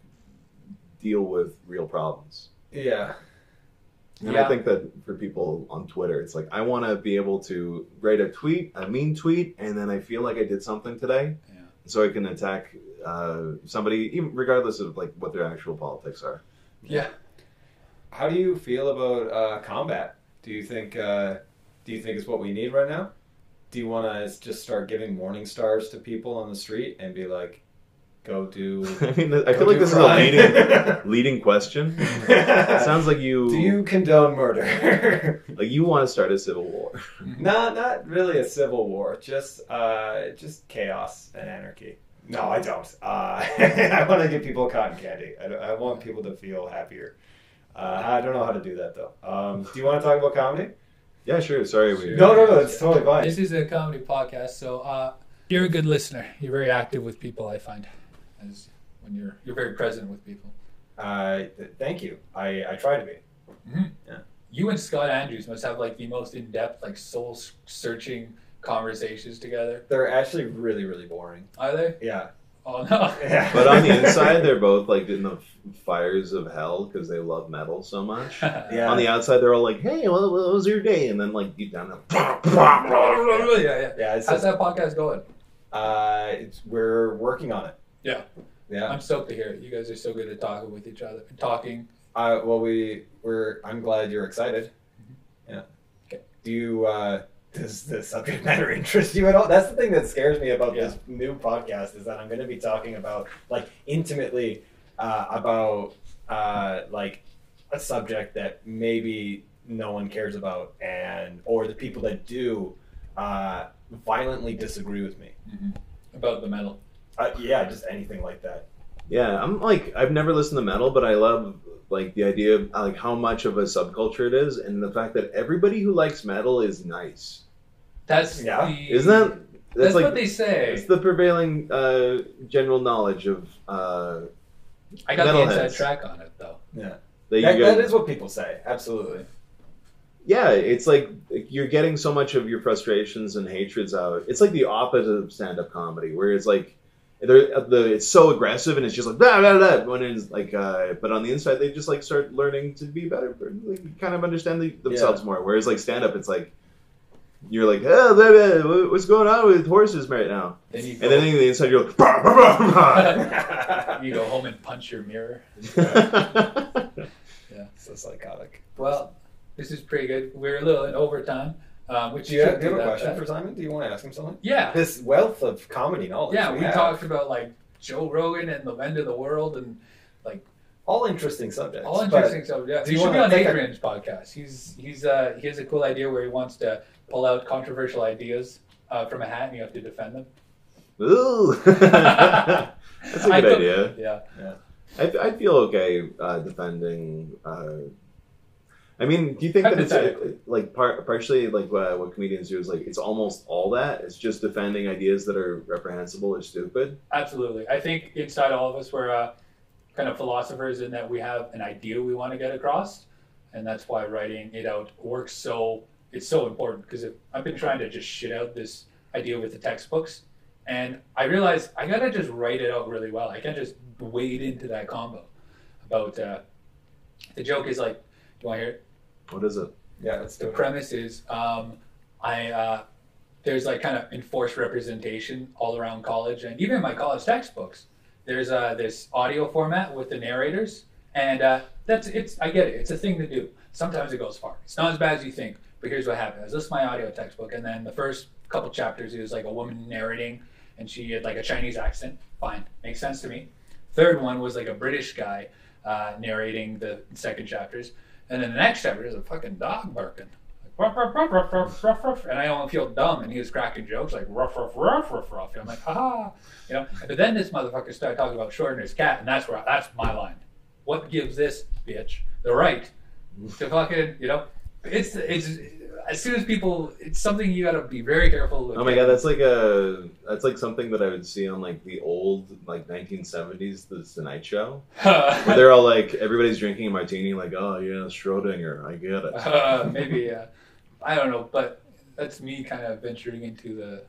deal with real problems.
yeah.
And I
Yeah.
think that for people on Twitter, it's like I want to be able to write a tweet, a mean tweet, and then I feel like I did something today,
Yeah.
so I can attack uh, somebody, even regardless of like what their actual politics are.
How do you feel about uh, combat? Do you think uh, do you think it's what we need right now? Do you want to just start giving warning stars to people on the street and be like, "Go do"?
I mean, I
Don't
feel like
you
this
cry.
is a leading leading question. It sounds like you
do you condone murder?
Like you want to start a civil war.
not not really a civil war, just uh, just chaos and anarchy. No, I don't. Uh, I want to give people cotton candy. I, don't- I want people to feel happier. Uh, I don't know how to do that though. Um, do you want to talk about comedy?
Yeah, sure. Sorry, we.
No, no, no. It's totally fine.
This is a comedy podcast, so uh, you're a good listener. You're very active with people. I find, as when you're you're very present with people.
Uh, th- thank you. I, I try to be.
You and Scott Andrews must have like the most in depth, like soul searching conversations together.
They're actually really, really boring.
Are they?
Yeah.
Oh no.
Yeah.
But on the inside, they're both like in the f- fires of hell because they love metal so much.
yeah.
On the outside, they're all like, "Hey, what, what was your day?" And then like deep down, they're-
yeah, yeah.
yeah, it's
How's
just,
that podcast going?
uh, it's, we're working on it.
Yeah.
Yeah.
I'm stoked to hear it. You guys are so good at talking with each other. Talking.
Uh, well, we we're. I'm glad you're excited. Yeah.
Okay.
Do you? Uh, does the subject matter interest you at all? That's the thing that scares me about this new podcast is that I'm going to be talking about like intimately uh, about uh, like a subject that maybe no one cares about, and or the people that do uh, violently disagree with me.
About the metal.
Uh, yeah, just anything like that.
yeah, I'm like, I've never listened to metal, but I love like the idea of like how much of a subculture it is, and the fact that everybody who likes metal is nice.
That's
Yeah.
the,
Isn't that? That's,
That's,
like
what they
it's
say.
the prevailing uh, general knowledge of. Uh,
I got the inside
metalheads.
track on it though.
that you
That-
guys-
that is what people say. Absolutely.
yeah, it's like you're getting so much of your frustrations and hatreds out. It's like the opposite of stand-up comedy, where it's like they're uh, the it's so aggressive and it's just like blah blah blah. When it's like, uh, but on the inside they just like start learning to be better, like, kind of understand the, themselves more. Whereas like stand-up, it's like you're like, oh, blah, blah, blah, what's going on with horses right now?
Then you go,
And then on the inside you're like, bah, bah, bah,
you go home and punch your mirror.
bah.
so psychotic.
Well, this is pretty good. We're a little in overtime. Um, which
Do you have,
should
do you
be
have a
that
question
bad.
for Simon? Do you want to ask him something?
Yeah.
This wealth of comedy knowledge.
Yeah, we
have.
talked about like Joe Rogan and the end of the world and
all interesting subjects.
all
but-
interesting stuff. Yeah,
do
he
you
should be
wanna
on
take a-
Adrian's podcast. He's he's uh he has a cool idea where he wants to pull out controversial ideas uh, from a hat and you have to defend them.
Ooh, that's a
I
good
thought-
idea.
Yeah,
I, I feel okay uh, defending. Uh, I mean, do you think that it's uh,
Hypothetically.
like par- partially like uh, what comedians do is like it's almost all that. It's just defending ideas that are reprehensible or stupid.
absolutely. I think inside all of us we're uh, kind of philosophers in that we have an idea we want to get across, and that's why writing it out works so. It's so important because I've been trying to just shit out this idea with the textbooks, and I realized I gotta just write it out really well. I can't just wade into that combo about uh, the joke is like, do I hear it?
What is it?
Yeah, let's do
the
it.
premise is um, I uh, there's like kind of enforced representation all around college and even in my college textbooks. There's uh, this audio format with the narrators, and uh, that's it's I get it. It's a thing to do. Sometimes it goes far. It's not as bad as you think. But here's what happened: I was listening to my audio textbook, and then the first couple chapters it was like a woman narrating, and she had like a Chinese accent. Fine, makes sense to me. Third one was like a British guy uh, narrating the second chapters. And then the next chapter is a fucking dog barking. Like, ruff, ruff, ruff, ruff, ruff, ruff, ruff. And I almost feel dumb. And he was cracking jokes like ruff, ruff, ruff, ruff, ruff. And I'm like, ha ha. You know? But then this motherfucker started talking about Schrodinger's cat. And that's where that's my line. What gives this bitch the right to fucking, you know? It's, it's, as soon as people, it's something you gotta be very careful with.
Oh my god, that's like a that's like something that I would see on like the old like 1970s The Tonight Show, where they're all like everybody's drinking a martini, like oh yeah, Schrodinger, I get it.
uh, maybe uh, I don't know, but that's me kind of venturing into the.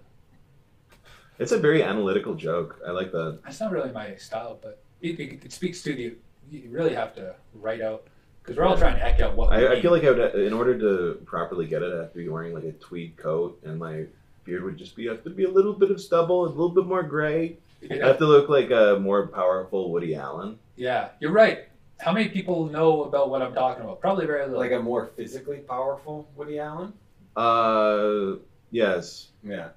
It's a very analytical joke. I like that.
That's not really my style, but it, it, it speaks to the. You really have to write out because we're all trying to act out what. we
I, I
mean.
feel like I would, in order to properly get it, I have to be wearing like a tweed coat, and my beard would just be have to be a little bit of stubble, a little bit more gray. I
Yeah,
have to look like a more powerful Woody Allen.
yeah, you're right. How many people know about what I'm talking about? Probably very little.
Like a more physically powerful Woody Allen.
Uh, yes,
Yeah.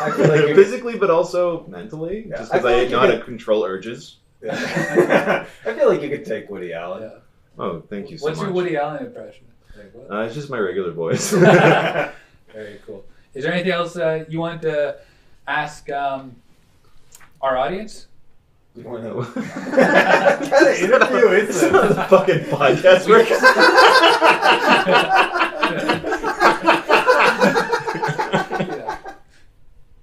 I feel like you-
physically, but also mentally,
Yeah.
just
I
because
feel
I,
like
know
you
how to control urges.
I feel like you could take Woody Allen.
Yeah.
Oh, thank you so
What's
much.
your Woody Allen impression? Like, what?
uh, it's just my regular voice.
Very cool. Is there anything else uh, you want to ask um, our audience?
You want to?
What
kind of interview is
It's not
this?
a fucking podcast. We're
Yeah.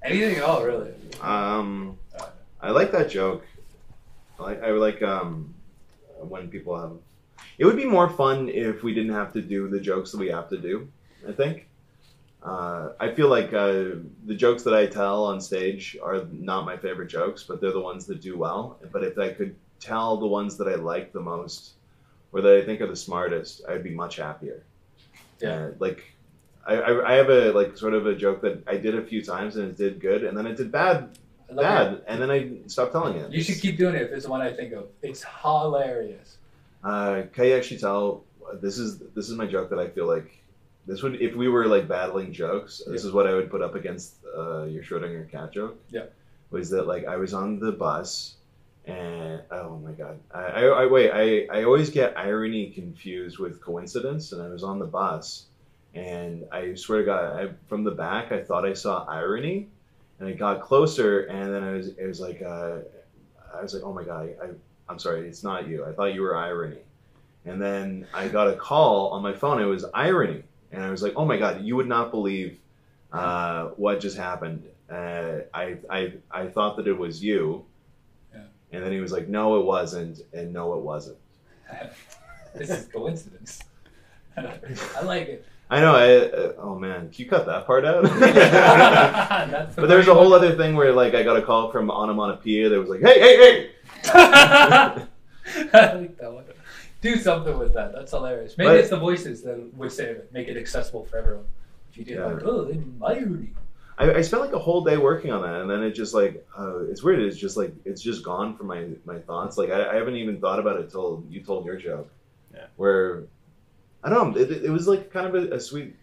Anything at all, really?
Um, I like that joke. I like I like um when people have. It would be more fun if we didn't have to do the jokes that we have to do. I think Uh, I feel like uh, the jokes that I tell on stage are not my favorite jokes, but they're the ones that do well. But if I could tell the ones that I like the most, or that I think are the smartest, I'd be much happier.
Yeah.
Uh, like, I, I, I have a like sort of a joke that I did a few times and it did good, and then it did bad,
I love
bad, and then I stopped telling it.
it. You should keep doing it if it's the one I think of. It's hilarious.
Uh, can you actually tell? This is this is my joke that I feel like this would if we were like battling jokes. This is what I would put up against uh, your Schrodinger cat joke.
Yeah.
was that like I was on the bus and oh my god, I, I, I wait, I I always get irony confused with coincidence, and I was on the bus. And I swear to God, I, from the back, I thought I saw irony, and I got closer, and then I was, it was like, uh, I was like, oh my god, I, I'm sorry, it's not you. I thought you were irony. And then I got a call on my phone. It was irony. And I was like, oh my God, you would not believe uh, what just happened. Uh, I, I, I thought that it was you.
Yeah.
And then he was like, no, it wasn't. And no, it wasn't.
This is coincidence. I like it.
I know. I, uh, oh man, can you cut that part out?
That's the
but there's a
funny
whole other thing where like I got a call from Onomatopoeia that was like, hey, hey, hey.
I like that one. Do something with that. That's hilarious. Maybe
But-
it's the voices that would save it, make it accessible for everyone. If you do
Yeah.
like, oh, in my room."
I, I spent like a whole day working on that, and then it just like uh, it's weird. It's just like it's just gone from my my thoughts. Like I, I haven't even thought about it till you told your joke.
Yeah.
Where I don't know. It, it was like kind of a, a sweet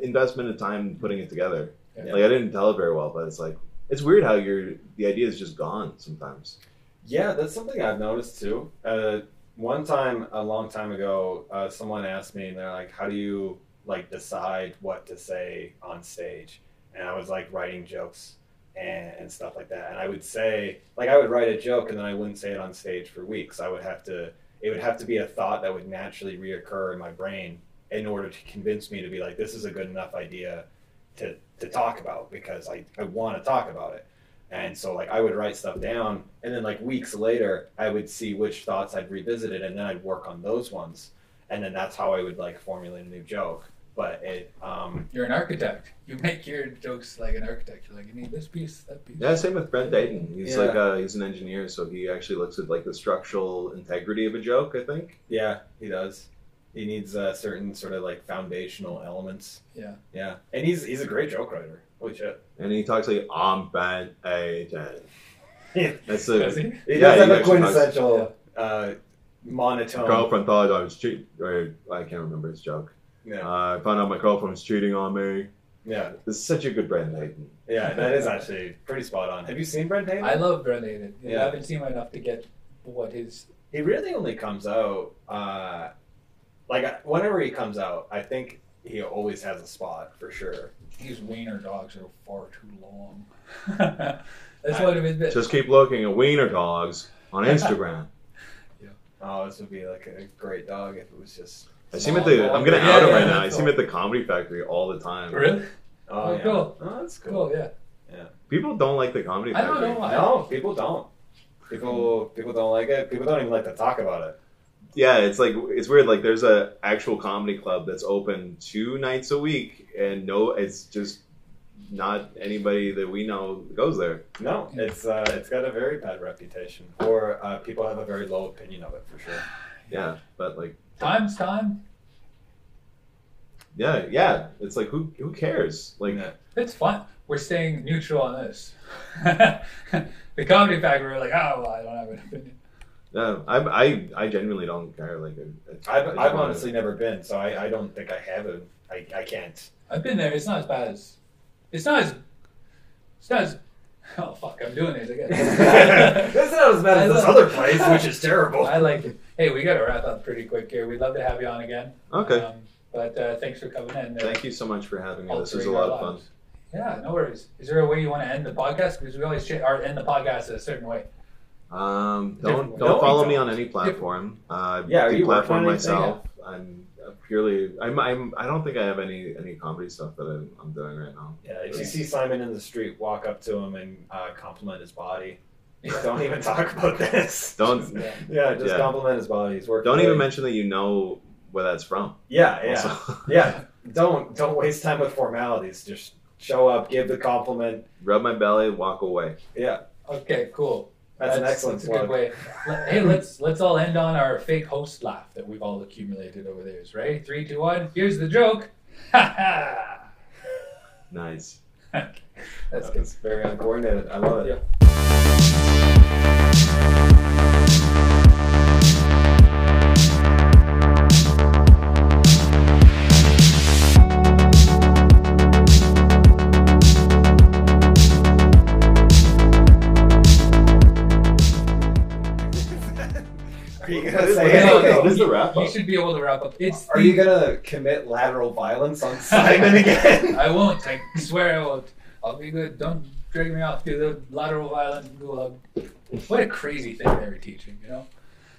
investment of time putting it together.
Yeah.
Like I didn't tell it very well, but it's like it's weird how your the idea is just gone sometimes.
Yeah, that's something I've noticed too. Uh, one time, a long time ago, uh, someone asked me, and they're like, "How do you like decide what to say on stage?" And I was like writing jokes and, and stuff like that. And I would say, like, I would write a joke, and then I wouldn't say it on stage for weeks. I would have to. It would have to be a thought that would naturally reoccur in my brain in order to convince me to be like, "This is a good enough idea to to talk about," because I I want to talk about it. And so like I would write stuff down and then like weeks later I would see which thoughts I'd revisited and then I'd work on those ones. And then that's how I would like formulate a new joke. But it um
You're an architect. You make your jokes like an architect. You're like, you need this piece, that piece.
Yeah, same with Brent Dayton. He's
Yeah.
like uh, he's an engineer, so he actually looks at like the structural integrity of a joke. I think.
yeah, he does. He needs uh, certain sort of like foundational elements.
Yeah.
Yeah. And he's he's a great joke writer. Holy shit.
And he talks like I'm Brent Dayton.
Yeah.
That's the
Does he?
He
Yeah,
does have
he
a
actually talks-
quintessential uh
Oh.
monotone
girlfriend thought I was cheating. Or I can't remember his joke.
Yeah.
Uh, I found out my girlfriend was cheating on me.
Yeah.
This is such a good Brent Dayton.
Yeah, that is actually pretty spot on. Have you seen Brent Hayden?
I love Brendan.
Yeah.
I haven't seen him enough to get what his.
He really only comes out, uh, like I- whenever he comes out, I think he always has a spot for sure.
His wiener dogs are far too long. That's what it is.
Just keep looking at wiener dogs on Instagram.
Oh, this would be like a great dog if it was just.
I see him at the. I'm gonna
Yeah,
out him
yeah,
right now. I
that's
see him at the Comedy Factory all the time.
Really?
Oh,
Oh,
yeah.
cool.
Oh, that's cool.
Cool, yeah.
People don't like the Comedy
I don't
Factory.
know why.
No, people don't. People people don't like it. People don't even like to talk about it.
Yeah, it's like it's weird. Like there's a actual comedy club that's open two nights a week, and no, it's just not anybody that we know goes there.
No,
Yeah.
it's uh, it's got a very bad reputation, or uh, people have a very low opinion of it for sure.
Yeah, but like.
Time's time.
Yeah, yeah. It's like who who cares? Like
Yeah.
It's fun. We're staying neutral on this. the comedy factor, we're like, oh, well, I don't have an opinion.
No, I, I, I genuinely don't care. Like, I, I-
I've,
I
I've
don't-
honestly never been, so I, I don't think I have a I, I can't.
I've been there. It's not as bad as. It's not as. It's not as. Oh fuck! I'm doing this again.
That's not as bad as this other place, which is terrible.
I like it. Hey, we got to wrap up pretty quick here. We'd love to have you on again.
Okay,
Um, but uh, thanks for coming in. Uh,
thank you so much for having me. This was a
altering our
lot of fun.
lives. Yeah, no worries. Is there a way you want to end the podcast? Because we always sh- our, end the podcast a certain way.
Um,
Different
don't
way.
don't
No, we
follow me
don't.
on any platform. Uh,
Yeah, are you working
platform
on anything?
myself. I'm uh, purely. I'm, I'm. I don't think I have any any comedy stuff that I'm, I'm doing right now.
Yeah, if you see Simon in the street, walk up to him and uh, compliment his body. Don't even talk about this.
Don't
Yeah.
Yeah, just
Yeah.
compliment his body. He's working.
don't even
great.
mention that you know where that's from.
Yeah, yeah,
Also.
yeah. don't don't waste time with formalities. Just show up, give the compliment.
Rub my belly, walk away.
Yeah,
Okay, cool.
that's, an excellent
that's a good
plug.
way. Let- hey, let's let's all end on our fake host laugh that we've all accumulated over the years. Ready? Three, two, one. Here's the joke. Ha
Nice.
ha. That's
That
good.
was very uncoordinated. I love it.
Yeah.
Are you gonna say
No,
anything?
no.
This is the wrap
You
up.
should be able to wrap up. It's
Are
the-
you gonna commit lateral violence on Simon again?
I won't. I swear I won't. I'll be good. Don't drag me off to the lateral violent gulag. What a crazy thing they were teaching, you know?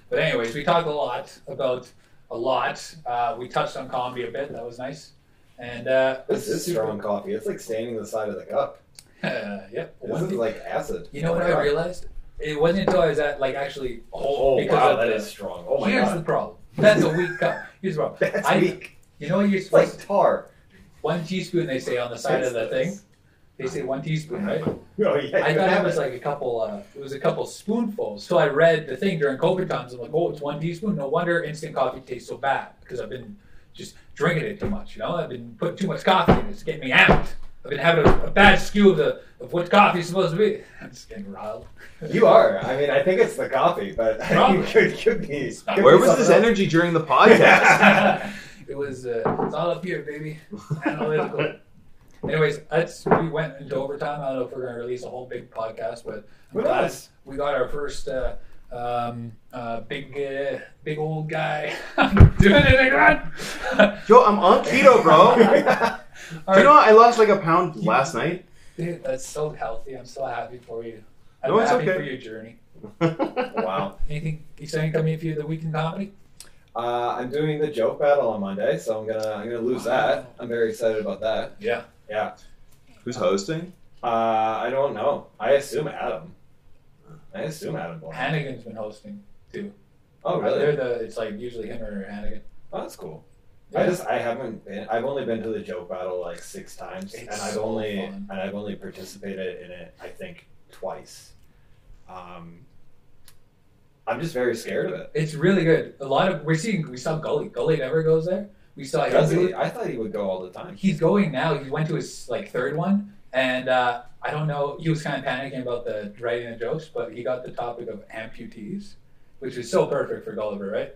But, anyways, we talked a lot about a lot. Uh, we touched on comedy a bit. That was nice. And, uh,
this is strong coffee. It's like standing the side of the cup.
yep.
This
One
is
thing-
like acid.
you know what I realized? It wasn't until I was at, like, actually.
Oh,
because
wow,
of
that
the-
is strong. Oh my
here's the
god,
problem. That's a weak cup. Here's the problem.
that's
I-
weak.
You know what you're
It's
supposed
like tar.
One teaspoon, they say, on the side of the thing. They say one teaspoon, right?
Oh yeah,
I
you
thought it
have
was like a couple. Uh, it was a couple spoonfuls. So I read the thing during COVID times. I'm like, oh, it's one teaspoon. No wonder instant coffee tastes so bad because I've been just drinking it too much. You know, I've been putting too much coffee in. It's getting me amped. I've been having a, a bad skew of the of what coffee is supposed to be. I'm just getting riled.
You are. I mean, I think it's the coffee, but
Probably.
you could, could be.
It's not-
could
Where
be
was this
something
energy during the podcast?
it was. Uh, it's all up here, baby. Analytical. Anyways, that's we went into overtime. I don't know if we're gonna release a whole big podcast, but I'm
Who
glad
knows?
we got our first uh, um, uh, big uh, big old guy doing it again.
Yo, I'm on keto, bro.
else.
All
Do you know
right,
I lost like a pound last night?
dude, that's so healthy. I'm so happy for you. I'm
No, it's
happy
okay.
for your journey.
wow.
Anything exciting coming for you the weekend comedy?
Uh, I'm doing the joke battle on Monday, so I'm gonna I'm gonna lose that. I'm very excited about that.
Yeah.
Yeah.
Who's hosting?
Uh, I don't know. I assume Adam. I assume Adam. Blanc.
Hannigan's been hosting.
Oh
They're
really?
the. It's like usually him or Hannigan.
Oh, that's cool.
Yeah.
I just I haven't been. I've only been to the joke battle like six times,
It's
and I've
so
only
fun.
and I've only participated in it I think twice. Um, I'm just very scared of it.
It's really good. A lot of we're seeing we saw Gully. Gully never goes there. We saw him
Does
do
he?
it.
I thought he would go all the time.
He's going now. He went to his like third one, and uh, I don't know. He was kind of panicking about the writing the jokes, but he got the topic of amputees, which was so perfect for Gulliver, right?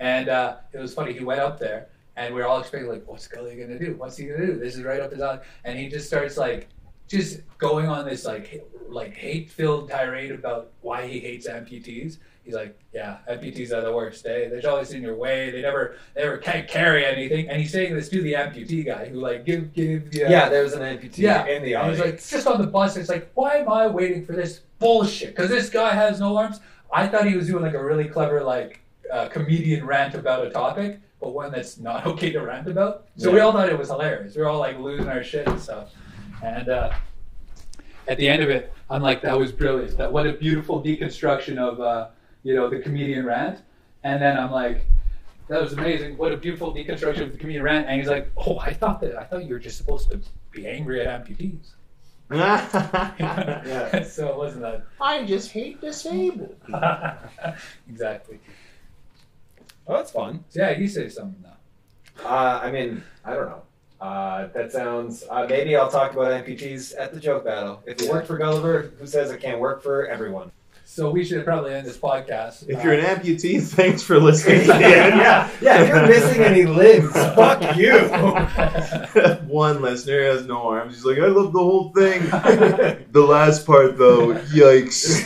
And uh, it was funny. He went up there, and we were all expecting like, what's Gully gonna do? What's he gonna do? This is right up his alley, and he just starts like just going on this like h- like hate filled tirade about why he hates amputees. He's like, yeah, amputees are the worst. They they're always in your way. They never they never can't carry anything. And he's saying this to the amputee guy who like give give the, uh,
Yeah, there was an amputee
Yeah.
in the
And
audience.
he's like just on the bus. It's like why am I waiting for this bullshit? Because this guy has no arms. I thought he was doing like a really clever like uh, comedian rant about a topic, but one that's not okay to rant about. So we all thought it was hilarious. We were all like losing our shit and stuff. And uh, at the end of it, I'm like, that was brilliant. That what a beautiful deconstruction of uh, you know the comedian rant. And then I'm like, that was amazing. What a beautiful deconstruction of the comedian rant. And he's like, oh, I thought that I thought you were just supposed to be angry at amputees.
Yeah.
so it wasn't that
I just hate disabled.
exactly.
oh, that's fun.
So yeah, you say something now.
Uh, I mean, I don't know. Uh, that sounds. Uh, maybe I'll talk about amputees at the joke battle. If it worked for Gulliver, who says it can't work for everyone?
So we should probably end this podcast.
If
Uh,
you're an amputee, thanks for listening.
Yeah,
yeah. If you're missing any limbs,
Uh,
fuck you.
One listener has no arms. He's like, I love the whole thing. the last part, though, yikes.